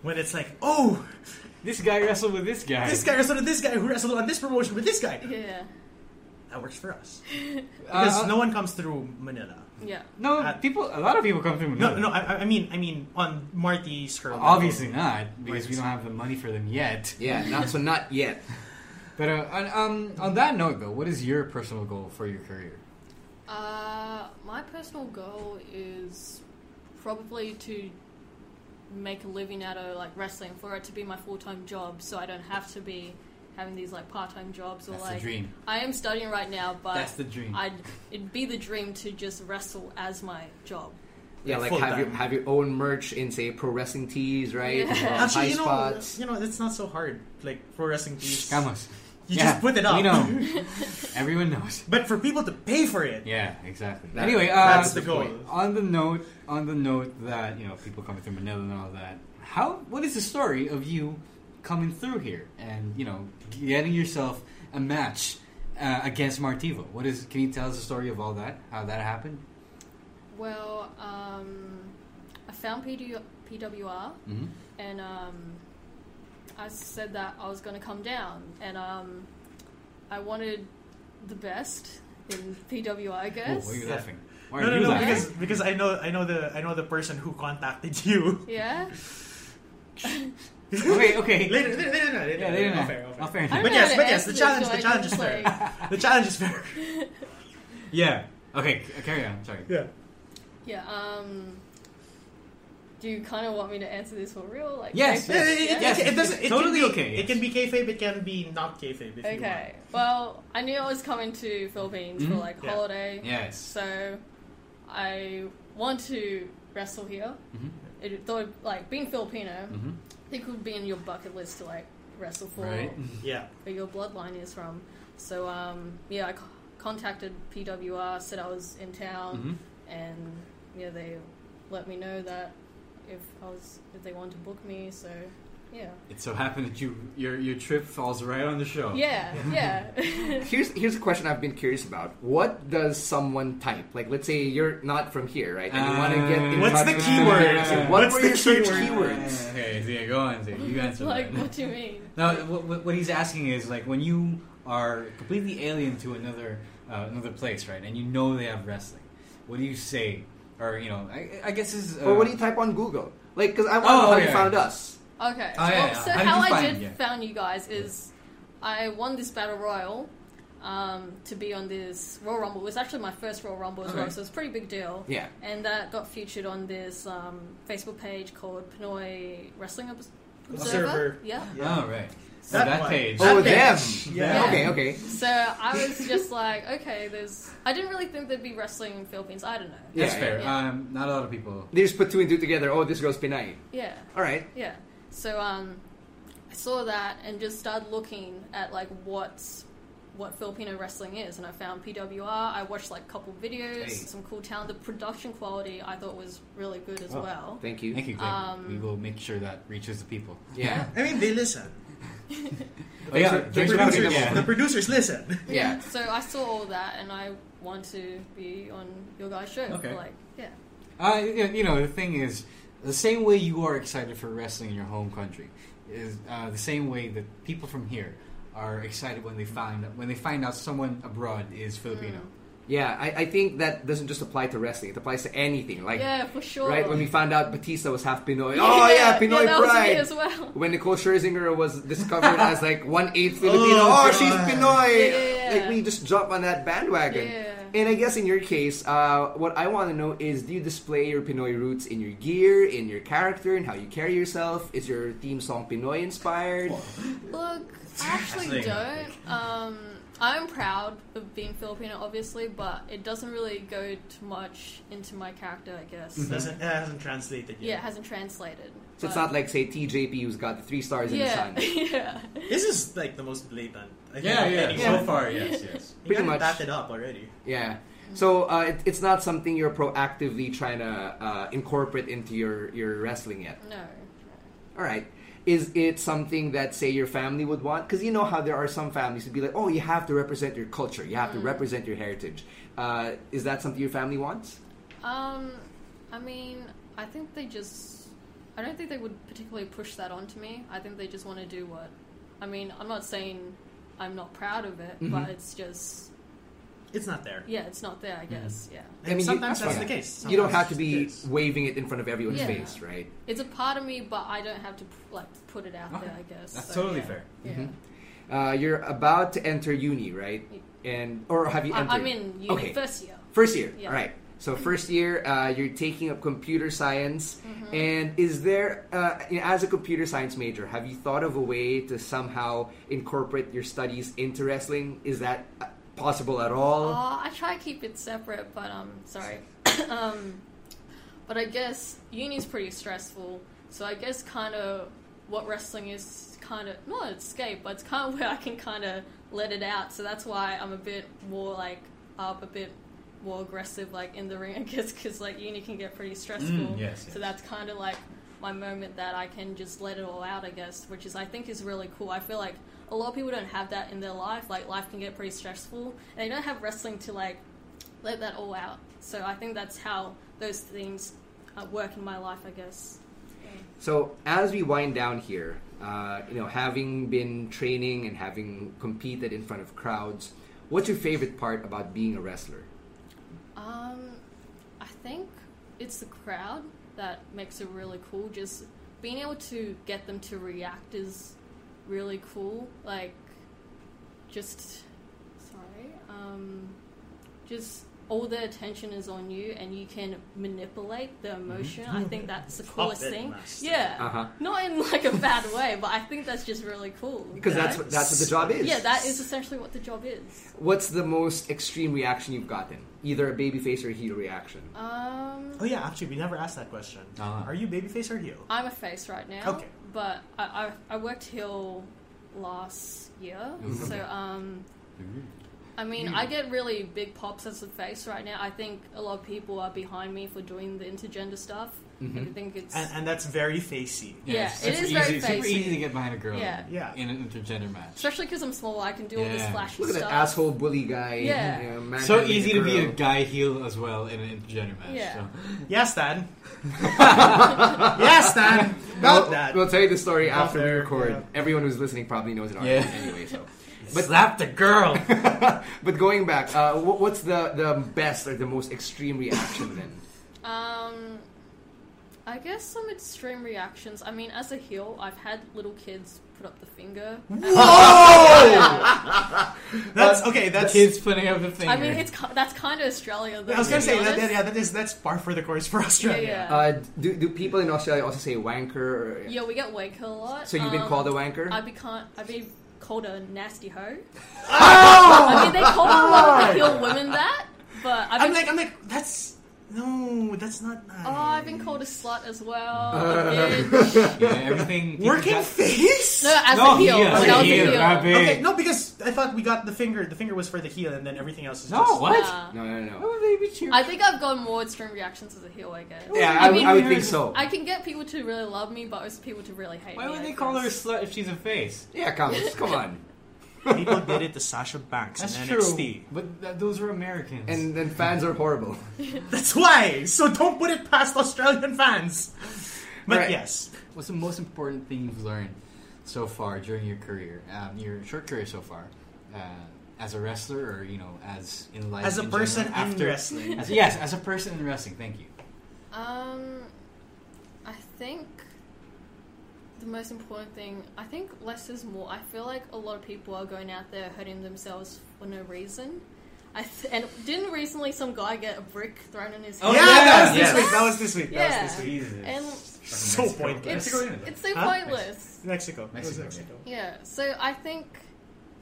when it's like, oh, This guy wrestled with this guy. this guy wrestled with this guy who wrestled on this promotion with this guy. Yeah, That works for us. Because uh, no one comes through Manila. yeah. No, Uh, people. A lot of people come through. No, Manila. no, I, I- I mean, I mean, on Marty's curl. Mm-hmm. Obviously not, because we don't have the money for them yet. Yeah, not, so not yet. But uh, on, um, on that note, though, what is your personal goal for your career? Uh, my personal goal is probably to make a living out of like wrestling for it to be my full time job, so I don't have to be having these like part time jobs or That's the like dream. I am studying right now, but That's the dream. I'd it'd be the dream to just wrestle as my job. Yeah, like Full have your time. have your own merch in say pro wrestling tees, right? Yeah. Uh, Actually, high you know, spots. you know, it's not so hard. Like pro wrestling tees, Vamos. you just put it up. We know. Everyone knows. But for people to pay for it, Yeah, exactly. That- anyway, uh, that's the the goal. point. on the note, on the note that you know people coming through Manila and all that. How? What is the story of you coming through here and you know getting yourself a match uh, against Martivo? What is? Can you tell us the story of all that? How that happened? Well, um, I found PD- PWR, Mm-hmm. and um, I said that I was going to come down, and um, I wanted the best in PWR, I Oh, guess. why are you laughing? Why are No, no, you no, laughing? because because I know I know the I know the person who contacted you. yeah, okay, okay. Later, later, later, later, Yeah, later off now. air, off air. Off air. I But don't know yes, how but to yes, the answer challenge, this, so the I challenge is just, fair. like- The challenge is fair. Yeah. Okay, c- carry on. Sorry. Yeah. yeah. Um, do you kind of want me to answer this for real? Like, Yes, kayfabe? yes, It, it- yes, it- it doesn't. It totally can be, okay, It can be kayfabe. It can be not kayfabe. If You want. Mm-hmm. Okay. Well, I knew I was coming to Philippines for like Yeah. holiday. Yes. So I want to wrestle here. Mm-hmm. It thought like being Filipino, Mm-hmm. I think would be in your bucket list to like wrestle for Right. Yeah. where your bloodline is from. So um, yeah, I c- contacted PWR, said I was in town, Mm-hmm. and yeah, they let me know that if I was if they wanted to book me. So yeah, It so happened that you your your trip falls right on the Oh. show. yeah, yeah. Here's here's a question I've been curious about. What does someone type? Like, let's say you're not from here, right? And you want to get in What's touch the with- keyword? So What What's were the your search keyword? keywords? Okay, so yeah, go on, Zay. You answer like that. what do you mean? No, what, what- what he's asking is like when you are completely alien to another uh, another place, right? And you know they have wrestling. What do you say? Or you know, I, I guess this is. Uh, Or what do you type on Google? Like, because I want to Oh, know how yeah, you found yeah. us. Okay. Oh, so, yeah, yeah. so How did how, you I find- did yeah. found you guys is I won this battle royal um, to be on this Royal Rumble. It was actually my first Royal Rumble as well, Okay. so it's a pretty big deal. Yeah. And that got featured on this um, Facebook page called Pinoy Wrestling Obs- Observer. Observer. Yeah. Oh right, so That that, one. page. Oh, That them. bitch. Yeah. Okay, okay. So I was just like, okay, there's. I didn't really think there'd be wrestling in Philippines. I don't know. Yeah, That's yeah, fair. yeah. Um, not a lot of people. They just put two and two together. Oh, this girl's Pinay. Yeah. All right. Yeah. So um, I saw that and just started looking at like what's what Filipino wrestling is, and I found PWR. I watched like a couple videos, Hey. some cool talent. The production quality I thought was really good Oh. as well. Thank you. Thank you. Greg. we Um, will make sure that reaches the people. Yeah. I mean, they listen. Oh, yeah, Thanks for- thanks thanks for for having putting them us. Yeah. on. The producers listen. Yeah. So I saw all that, and I want to be on your guys' show. Okay. Like, yeah, Uh, you you know, the thing is, the same way you are excited for wrestling in your home country is uh, the same way that people from here are excited when they find when they find out someone abroad is Filipino. Mm. Yeah, I, I think that doesn't just apply to wrestling. It applies to anything. Like, yeah, for sure. right? When we found out Batista was half Pinoy. Oh, yeah, Pinoy that was me pride. as well. When Nicole Scherzinger was discovered as like one eighth Filipino, oh, she's Pinoy. Yeah, yeah, yeah. Like we just jump on that bandwagon. Yeah. And I guess in your case, uh, what I want to know is do you display your Pinoy roots in your gear, in your character, and how you carry yourself? Is your theme song Pinoy inspired? Look, I actually don't. Um, I'm proud of being Filipino, obviously, but it doesn't really go too much into my character, I guess. Doesn't, it hasn't translated Yeah, yet. it hasn't translated. So it's but- not like, say, TJP who's got the three stars in Yeah, the sun. yeah. This is like the most blatant. I think, Yeah, of yeah. any- So far, yes, yes. You Pretty kinda much. Bat it up already. Yeah. So uh, it, it's not something you're proactively trying to uh, incorporate into your, your wrestling yet. No. All right. Is it something that, say, your family would want? Because you know how there are some families who'd be like, oh, you have to represent your culture, you Mm. have to represent your heritage. Uh, is that something your family wants? Um, I mean, I think they just. I don't think they would particularly push that onto me. I think they just want to do what. I mean, I'm not saying I'm not proud of it, but Mm-hmm. it's just. It's not there. Yeah, it's not there, I Mm-hmm. guess. Yeah. And mean, you- sometimes that's that's fine. the case. you don't Sometimes have to it's be the case. waving it in front of everyone's Yeah. face, right? It's a part of me, but I don't have to like put it out there. I guess That's So, totally yeah. fair. Yeah, Uh, you're about to enter uni, right? And or have you entered? I, I'm in uni Okay. first year. First year. Yeah. Mm-hmm. All right. So first year, uh, you're taking up computer science, Mm-hmm. and is there, uh, you know, as a computer science major, have you thought of a way to somehow incorporate your studies into wrestling? Is that uh, possible at all? Uh, I try to keep it separate, but um, sorry. um, but I guess uni's pretty stressful, so I guess kind of what wrestling is kind of not escape, but it's kind of where I can kind of let it out. So that's why I'm a bit more like up, a bit more aggressive, like in the ring, I guess, because like uni can get pretty stressful. Mm, yes, yes. So that's kind of like my moment that I can just let it all out, I guess, which is I think is really cool. I feel like a lot of people don't have that in their life. Like life can get pretty stressful, and they don't have wrestling to like let that all out. So I think that's how those things uh, work in my life, I guess. So as we wind down here, uh, you know, having been training and having competed in front of crowds, what's your favorite part about being a wrestler? Um, I think it's the crowd that makes it really cool. Just being able to get them to react is really cool. Like, just sorry, um, just all their attention is on you, and you can manipulate the emotion. I think that's the coolest Puppet thing. master. Yeah, Uh-huh. not in like a bad way, but I think that's just really cool. Because that's what, that's what the job is. yeah, that is essentially what the job is. What's the most extreme reaction you've gotten? Either a babyface or a heel reaction. Um, Oh yeah, actually, we never asked that question. Ah. Are you babyface or heel? I'm a face right now. Okay. But I, I, I worked Hill last year. Mm-hmm. So, um, I mean, I get really big pops as a face right now. I think a lot of people are behind me for doing the intergender stuff. I think it's. And, and that's very facey. yeah, Yes, it Mm-hmm. super is easy, very Super facey. easy to get behind a girl. Yeah. Yeah. In an intergender match. Especially because I'm small, I can do all this Yeah. flashy Look at stuff. that asshole bully guy. Yeah. you know, man So having easy to be a girl. guy heel as well in an intergender match. Yeah. So. Yes, Dan. yes, Dan. About We'll, that. we'll tell you the story after we there, record. yeah. Everyone who's listening probably knows it already Yeah. anyway. So, But slap the girl. but going back, uh, wh- what's the the best or the most extreme reaction then? Um, I guess some extreme reactions. I mean, as a heel, I've had little kids put up the finger. That's okay. That's. Kids putting up the finger. I mean, it's ki- that's kind of Australia. Though, I was gonna to say be that, that- honest. yeah, that is that's par for the course for yeah, Australia. Oh, yeah. Uh, do do people in Australia also say wanker? Or, Yeah, we get Waker a lot. So you've been Um, called a wanker? I become I've been called a nasty hoe. I mean, they call a lot of the heel women that, but I've I'm been, like, I'm like, that's no, that's not. Nice. oh, I've been called a slut as well. a bitch. yeah, everything. people working got- face. No, as No, a heel, heel. When I was heel, a heel. rabbit. Okay, no, because I thought we got the finger. The finger was for the heel, and then everything else is No, just. what? Uh, no, no, no. I think I've gotten more extreme reactions as a heel, I guess. Yeah, I, mean, I would think so. I can get people to really love me, but it's people to really hate Why me. would I they call her a guess. slut if she's a face? yeah, comments. Come on. People did it to Sasha Banks That's and true. NXT. But th- those were Americans. And then fans are horrible. That's why. So don't put it past Australian fans. But Right. yes, what's the most important thing you've learned so far during your career, um, your short career so far, uh, as a wrestler or you know, as in life, as a in person general, in after, wrestling, as- yes, as a person in wrestling. Thank you. Um, I think the most important thing. I think less is more. I feel like a lot of people are going out there hurting themselves for no reason. I th- and didn't recently some guy get a brick thrown in his head? Oh, yeah, that was this week. That was this week. That Yeah. was this week. Jesus. And So pointless. it's, it's so Huh? pointless. Mexico. It was Mexico, Mexico. Yeah. So I think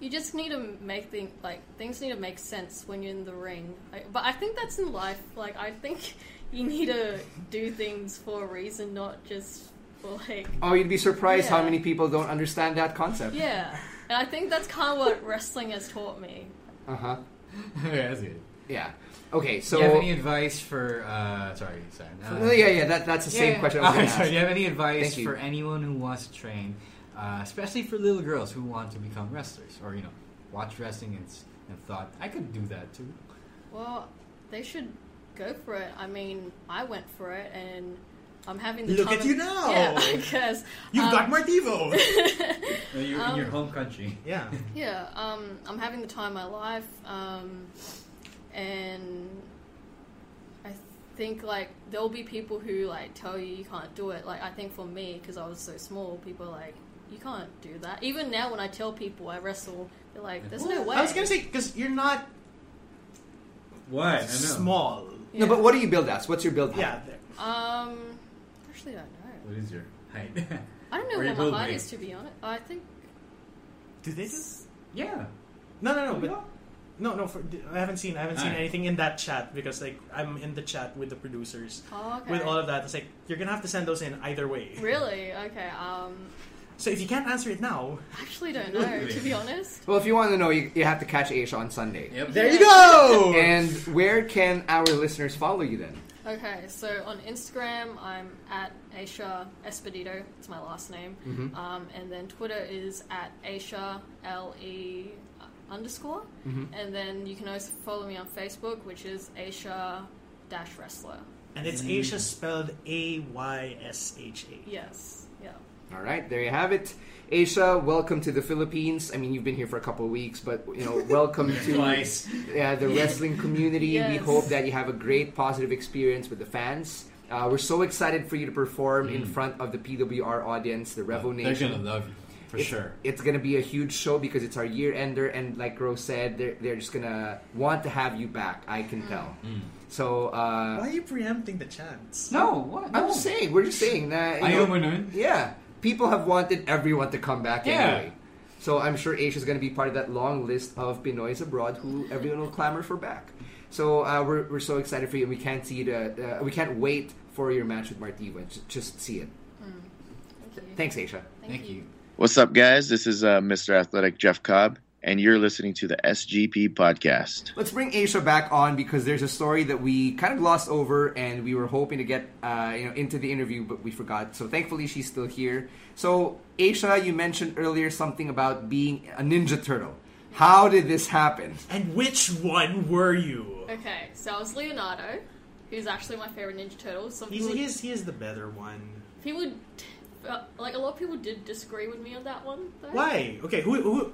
you just need to make things like things need to make sense when you're in the ring. Like, but I think that's in life. Like I think you need to do things for a reason, not just for like Oh, you'd be surprised how Yeah. many people don't understand that concept. yeah. And I think that's kind of what wrestling has taught me. Uh huh. yeah, that's good. Yeah. Okay. Do So. you have any advice for? Uh, sorry, Sam. Uh, No, yeah, yeah. That, that's the same question. I was Alright, gonna sorry, ask. do you have any advice Thank you. for anyone who wants to train, uh, especially for little girls who want to become wrestlers, or you know, watch wrestling and, s- and thought I could do that too? Well, they should go for it. I mean, I went for it, and I'm having the Look time at of- you now! Yeah, because You've Um, got Martivo. You're in your home country. yeah. yeah, um, I'm having the time of my life, um, and I think like there'll be people who like tell you you can't do it. Like I think for me, because I was so small, people are like you can't do that. Even now, when I tell people I wrestle, they're like, "There's no way." I was gonna say because you're not What? I know. small. No, but what do you build as? What's your build? height? Yeah. there. Um, actually, I don't know. What is your height? I don't know Or your what my build height weight. is to be honest. I think Do they just? yeah. No, no, no. Oh, yeah. But no, no. For, I haven't seen. I haven't seen Alright. anything in that chat because like I'm in the chat with the producers. Oh, okay. With all of that, it's like you're gonna have to send those in either way. Really? Okay. Um, So if you can't answer it now, I actually don't know to be honest. Well, if you want to know, you, you have to catch Aisha on Sunday. Yep. there you go. And where can our listeners follow you then? Okay, so on Instagram, I'm at Aisha Espedito. It's my last name. Um, and then Twitter is at Aisha L E underscore. And then you can also follow me on Facebook, which is Aisha dash wrestler. And it's Aisha spelled A Y S H A. Yes. Yeah. All right, there you have it. Aisha, welcome to the Philippines. I mean, you've been here for a couple of weeks, but you know, welcome to Twice. yeah, the wrestling community. We Yes. hope that you have a great positive experience with the fans. Uh, we're so excited for you to perform in front of the PWR audience, the Revo They're Nation. Mm. gonna love you for sure. It's gonna be a huge show because it's our year ender, and like Rose said, they're, they're just gonna want to have you back. I can Mm. tell. Mm. So uh, Why are you preempting the chance? No, what? I'm No. just saying, we're just saying that. you Ayaw know, mo nun? Yeah, people have wanted everyone to come back Yeah. anyway. So I'm sure Asia is going to be part of that long list of Pinoys abroad who everyone will clamor for back. So uh, we're, we're so excited for you. We can't see the uh, we can't wait for your match with Martiva. Just, just see it. Mm. Thank you. Thanks, Asia. Thank you. What's up, guys? This is uh, Mr. Athletic Jeff Cobb, and you're listening to the SGP podcast. Let's bring Asia back on because there's a story that we kind of glossed over and we were hoping to get uh, you know into the interview, but we forgot. So thankfully she's still here. So Asia, you mentioned earlier something about being a Ninja Turtle. How did this happen? And which one were you? Okay, so I was Leonardo, who's actually my favorite Ninja Turtle. Some He's, people- he is he is the better one. People, d- uh, like a lot of people, did disagree with me on that one. Though. Why? Okay, who who?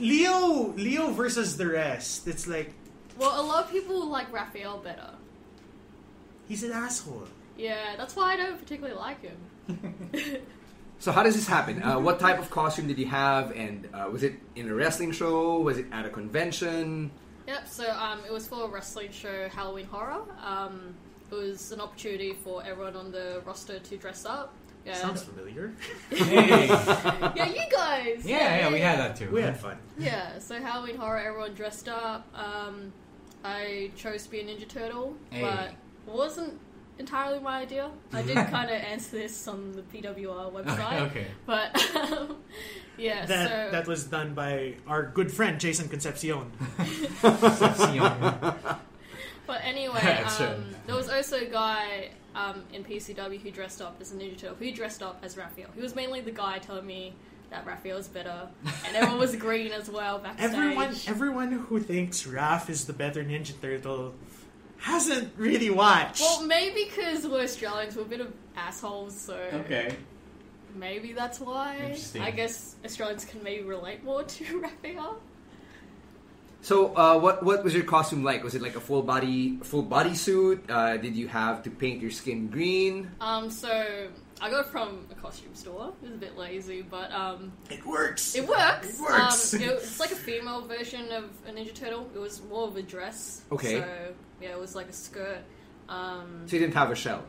Leo Leo versus the rest. It's like Well, a lot of people like Raphael better. he's an asshole. Yeah, that's why I don't particularly like him. So how does this happen? Uh, what type of costume did you have, and uh, was it in a wrestling show? Was it at a convention? Yep. So um, it was for a wrestling show, Halloween Horror. Um, it was an opportunity for everyone on the roster to dress up. Yeah. Sounds familiar. yeah, you guys. Yeah, yeah, we had that too. We had fun. Yeah. So Halloween Horror, everyone dressed up. Um, I chose to be a Ninja Turtle, Hey. but it wasn't entirely my idea. I did kind of answer this on the PWR website. okay. But um, yeah. That so that was done by our good friend Jason Concepcion. But anyway, Sure. um, there was also a guy um, in PCW who dressed up as a Ninja Turtle, who dressed up as Raphael. He was mainly the guy telling me that Raphael is better, and everyone was green as well backstage. Everyone everyone who thinks Raph is the better Ninja Turtle hasn't really watched. Well, maybe because we're Australians, we're a bit of assholes, so okay. maybe that's why. Interesting. I guess Australians can maybe relate more to Raphael. So, uh, what what was your costume like? Was it like a full body full body suit? Uh, did you have to paint your skin green? Um, so I got it from a costume store. It was a bit lazy, but um, It works. it works. It works. Um, it, it's like a female version of a Ninja Turtle. It was more of a dress. Okay. So yeah, it was like a skirt. Um, So you didn't have a shell.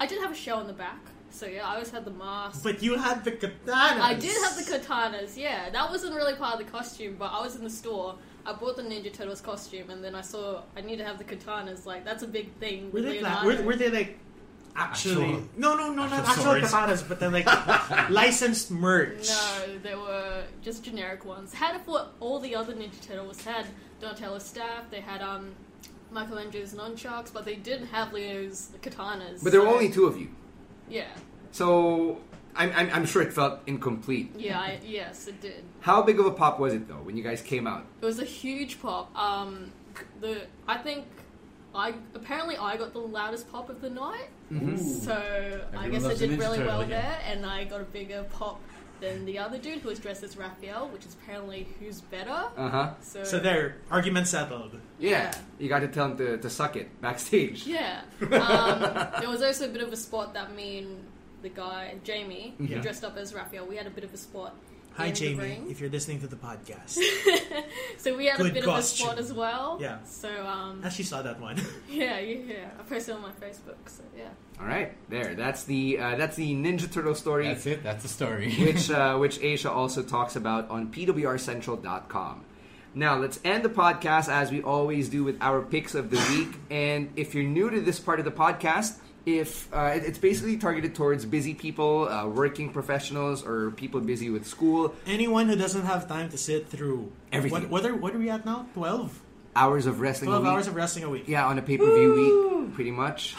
I did have a shell in the back. So yeah, I always had the mask. But you had the katana. I did have the katanas, yeah. That wasn't really part of the costume, but I was in the store. I bought the Ninja Turtles costume, and then I saw I need to have the katanas. Like that's a big thing. Were With they, like, Leonardo. were, were they like actually? Actual- no, no, no, not actual actual swords. katanas, but they're like licensed merch. No, they were just generic ones. Had what all the other Ninja Turtles had Donatello's staff. They had um Michelangelo's nunchucks, but they did have Leo's katanas. But there were so- only two of you, Yeah, so I'm I'm, I'm sure it felt incomplete. yeah, I, yes, it did. How big of a pop was it though when you guys came out? It was a huge pop. Um, the I think I apparently I got the loudest pop of the night, Mm-hmm. so I Everyone guess I loves a did Ninja really Turtle, well yeah. there, and I got a bigger pop than the other dude who was dressed as Raphael, which is apparently who's better. Uh huh. So, So there, argument settled. Yeah. Yeah. You got to tell him to, to suck it backstage. yeah. Um, there was also a bit of a spot that me and the guy Jamie, who Yeah. dressed up as Raphael, we had a bit of a spot. Hi, in the Jamie. ring. If you're listening to the podcast, So we had a Good bit costume. of a spot as well. Yeah. So um, I actually saw that one. yeah, yeah, yeah. I posted it on my Facebook. So yeah. All right, there. That's the uh, that's the Ninja Turtle story. That's it. That's the story. which uh, which Asia also talks about on pwrcentral.com. Now let's end the podcast as we always do with our picks of the week. And if you're new to this part of the podcast, if uh, it- it's basically targeted towards busy people, uh, working professionals, or people busy with school, Anyone who doesn't have time to sit through Everything. What, what are what are we at now? Twelve. hours of wrestling, a Twelve week. hours of wrestling a week. yeah, on a pay per view week, pretty much.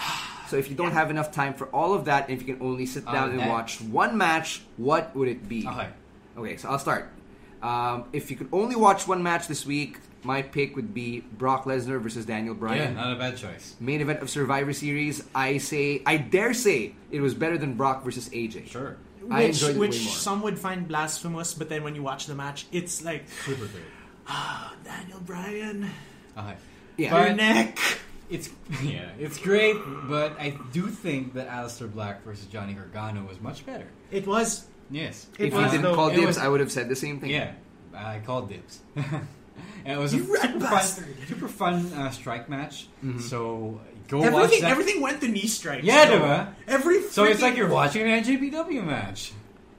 So if you don't have enough time for all of that, and if you can only Oh, sit down and Okay. watch one match, what would it be? Okay. Okay, so I'll start. Um, if you could only watch one match this week, my pick would be Brock Lesnar versus Daniel yeah, Bryan. not a bad choice. Main event of Survivor Series. I say, I dare say, it was better than Brock versus AJ. Sure. Which, I enjoyed it which way more. some would find blasphemous, but then when you watch the match, it's like Super great. Daniel Bryan, Okay. Yeah. But- your neck. It's yeah, it's great, but I do think that Alistair Black versus Johnny Gargano was much better. It was. Yes. It if was you didn't though- call it dibs, was- I would have said the same thing. Yeah, I called dibs. and it was a You rat super fun, bastard. super fun uh, strike match. Mm-hmm. So go watch Everything, that. everything went to knee strikes. Yeah, though. diba? Every so it's freaking- like you're watching an NJPW match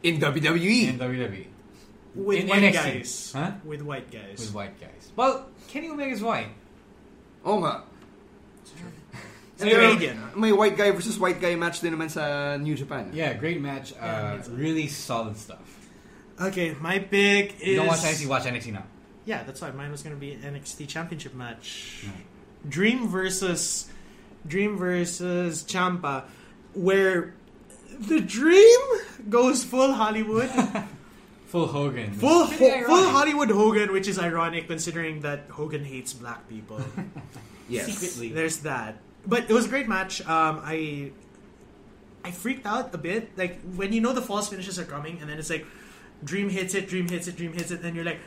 In E. in E WWE. WWE with in white NXT. guys. Huh? With white guys. with white guys. Well, Kenny Omega's white. Oh, nga. It's Canadian. May white guy versus white guy match din naman sa New Japan. Yeah, great match. Uh, really solid stuff. Okay, my pick is. You don't watch NXT, watch NXT now. Yeah, that's why mine was going to be an NXT Championship match. Dream versus Dream versus Champa, where the Dream goes full Hollywood, Full Hogan. full Pretty Ho- ironic. full Hollywood Hogan, which is ironic considering that Hogan hates black people. Yes. Secretly. There's that, but it was a great match. Um, I I freaked out a bit, like when you know the false finishes are coming, and then it's like Dream hits it, Dream hits it, Dream hits it, and you're like,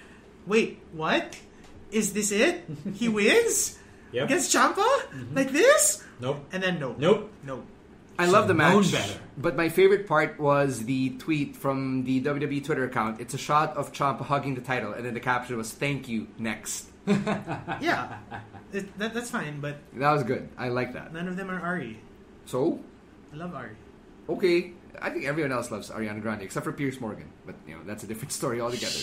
wait, what? Is this it? He wins Yep. against Champa like this? Mm-hmm. Nope. And then no, Nope. no. I love the known match, better. but my favorite part was the tweet from the WWE Twitter account. It's a shot of Champa hugging the title, and then the caption was "Thank you." Next, Yeah, it, that, that's fine, but that was good. I like that. none of them are Ari. So, I love Ari. okay, I think everyone else loves Ariana Grande except for Pierce Morgan, but you know that's a different story altogether.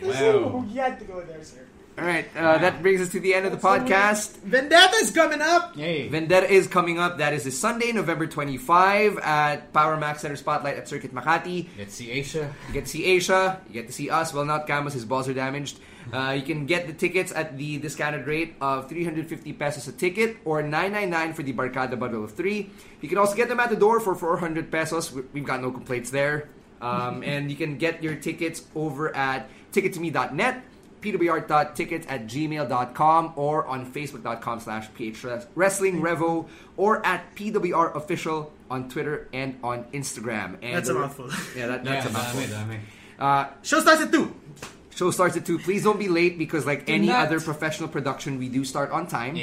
Wow. You had to go there, sir. All right, uh, that brings us to the end of the podcast. Vendetta's coming up. Hey. Vendetta is coming up. That is this Sunday, November 25 at Power Max Center Spotlight at Circuit Makati. Let's see Asia. You get to see Asia. You get to see us. Well, not Camus. His balls are damaged. Uh, you can get the tickets at the discounted rate of 350 pesos a ticket or 999 for the Barcada Bundle of Three. You can also get them at the door for 400 pesos. We- We've got no complaints there. Um, and you can get your tickets over at tickettome.net, pwr.tickets at gmail.com, or on facebook.com slash phwrestlingrevo, or at pwr official on Twitter and on Instagram. And That's a the- mouthful. Yeah, that, that's yeah, a mouthful. dami, dami. Show starts at two. Show starts at two. Please don't be late because, like Do any not- other professional production, we do start on time.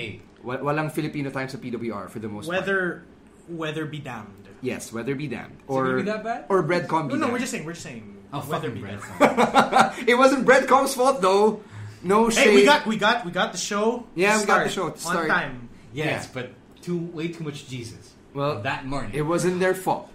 Wa- Walang Filipino time sa PWR for the most part. Weather, weather be damned. Yes, weather be damned. it gonna Or be that bad? or breadcom No, be no, damned. we're just saying, we're just saying. Oh, weather fucking be damned. it wasn't breadcom's fault though. No shade. Hey, we got, we got, we got the show. to Yeah, we got the start show to start. on time. Yes, but too way too much Jesus. Well, that morning. It wasn't their fault.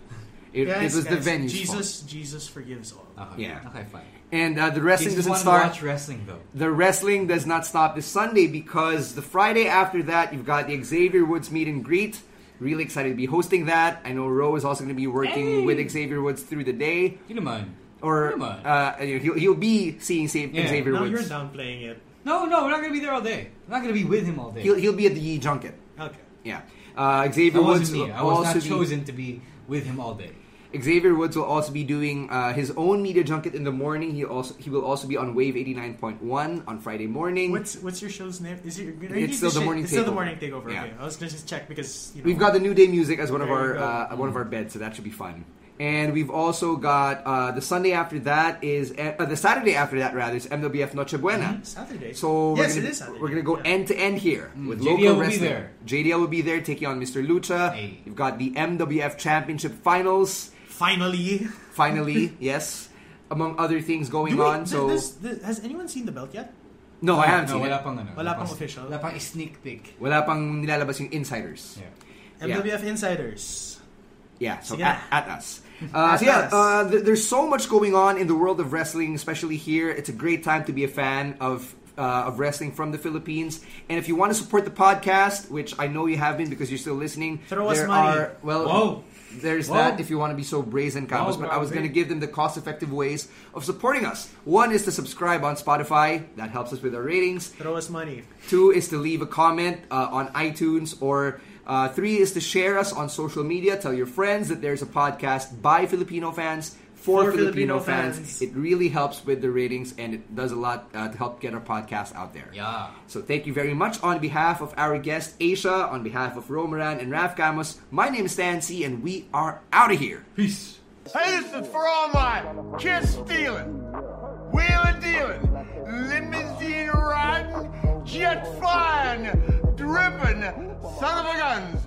It, Guys, it was the guys, venue's fault. Jesus, Jesus forgives all. Yeah. Okay, fine. And uh, the wrestling Jesus doesn't wanted to start. watch wrestling though. The wrestling does not stop this Sunday because the Friday after that, you've got the Xavier Woods meet and greet. Really excited to be hosting that. I know Ro is also going to be working Hey. with Xavier Woods through the day. You don't mind. Or Come on. uh, he'll, he'll be seeing Sa- Yeah. Xavier No, Woods. you're downplaying it. No, no, we're not gonna be there all day. We're not gonna be with him all day. He'll, he'll be at the junket. Okay. Yeah. Uh, Xavier That Woods wasn't me. will I was also not be- chosen to be with him all day. Xavier Woods will also be doing uh, his own media junket in the morning. He also he will also be on Wave eighty nine point one on Friday morning. What's what's your show's name? Is it? are It's you still the shit- morning It's still the takeover. morning takeover. Yeah. Okay, I was gonna just check because you know, We've got the New Day music as one of There our you go. uh, Mm-hmm. one of our beds, so that should be fun. And we've also got uh, the Sunday after that is uh, the Saturday after that rather is MWF Noche Mm-hmm. Buena. Saturday. So we're yes, gonna, it is Saturday. We're gonna go end to end here with JDL local will be wrestling. there. JDL will be there taking on Mr. Lucha. You've got the MWF Championship Finals. Finally, finally, yes. Among other things going Do we- on, th- so this- this- has anyone seen the belt yet? no, I haven't no, seen wala it. pang ano. Wala pang official. Wala pang sneak peek. Wala pang nilalabas yung insiders. Yeah. MWF Insiders. Yeah, so Yeah. At, at us. Uh, so yeah, At us. uh, th- there's so much going on in the world of wrestling, especially here. It's a great time to be a fan of uh, of wrestling from the Philippines. And if you want to support the podcast, which I know you have been because you're still listening, Throw us there money. Are, well, Whoa. there's Whoa. that if you want to be so brazen, Campos. Whoa, but I was grabe. going to give them the cost-effective ways of supporting us. One is to subscribe on Spotify. That helps us with our ratings. Throw us money. Two is to leave a comment uh, on iTunes, or uh, three is to share us on social media. Tell your friends that there's a podcast by Filipino fans for, For Filipino, Filipino fans. fans. It really helps with the ratings, and it does a lot uh, to help get our podcast out there. Yeah. So thank you very much on behalf of our guest Aisha, on behalf of Romaran and Raf Camus. My name is Stan C, and we are out of here. Peace. Hey, this is for all my kiss stealing, wheeling dealing, limousine riding, jet flying, dripping, son of a guns.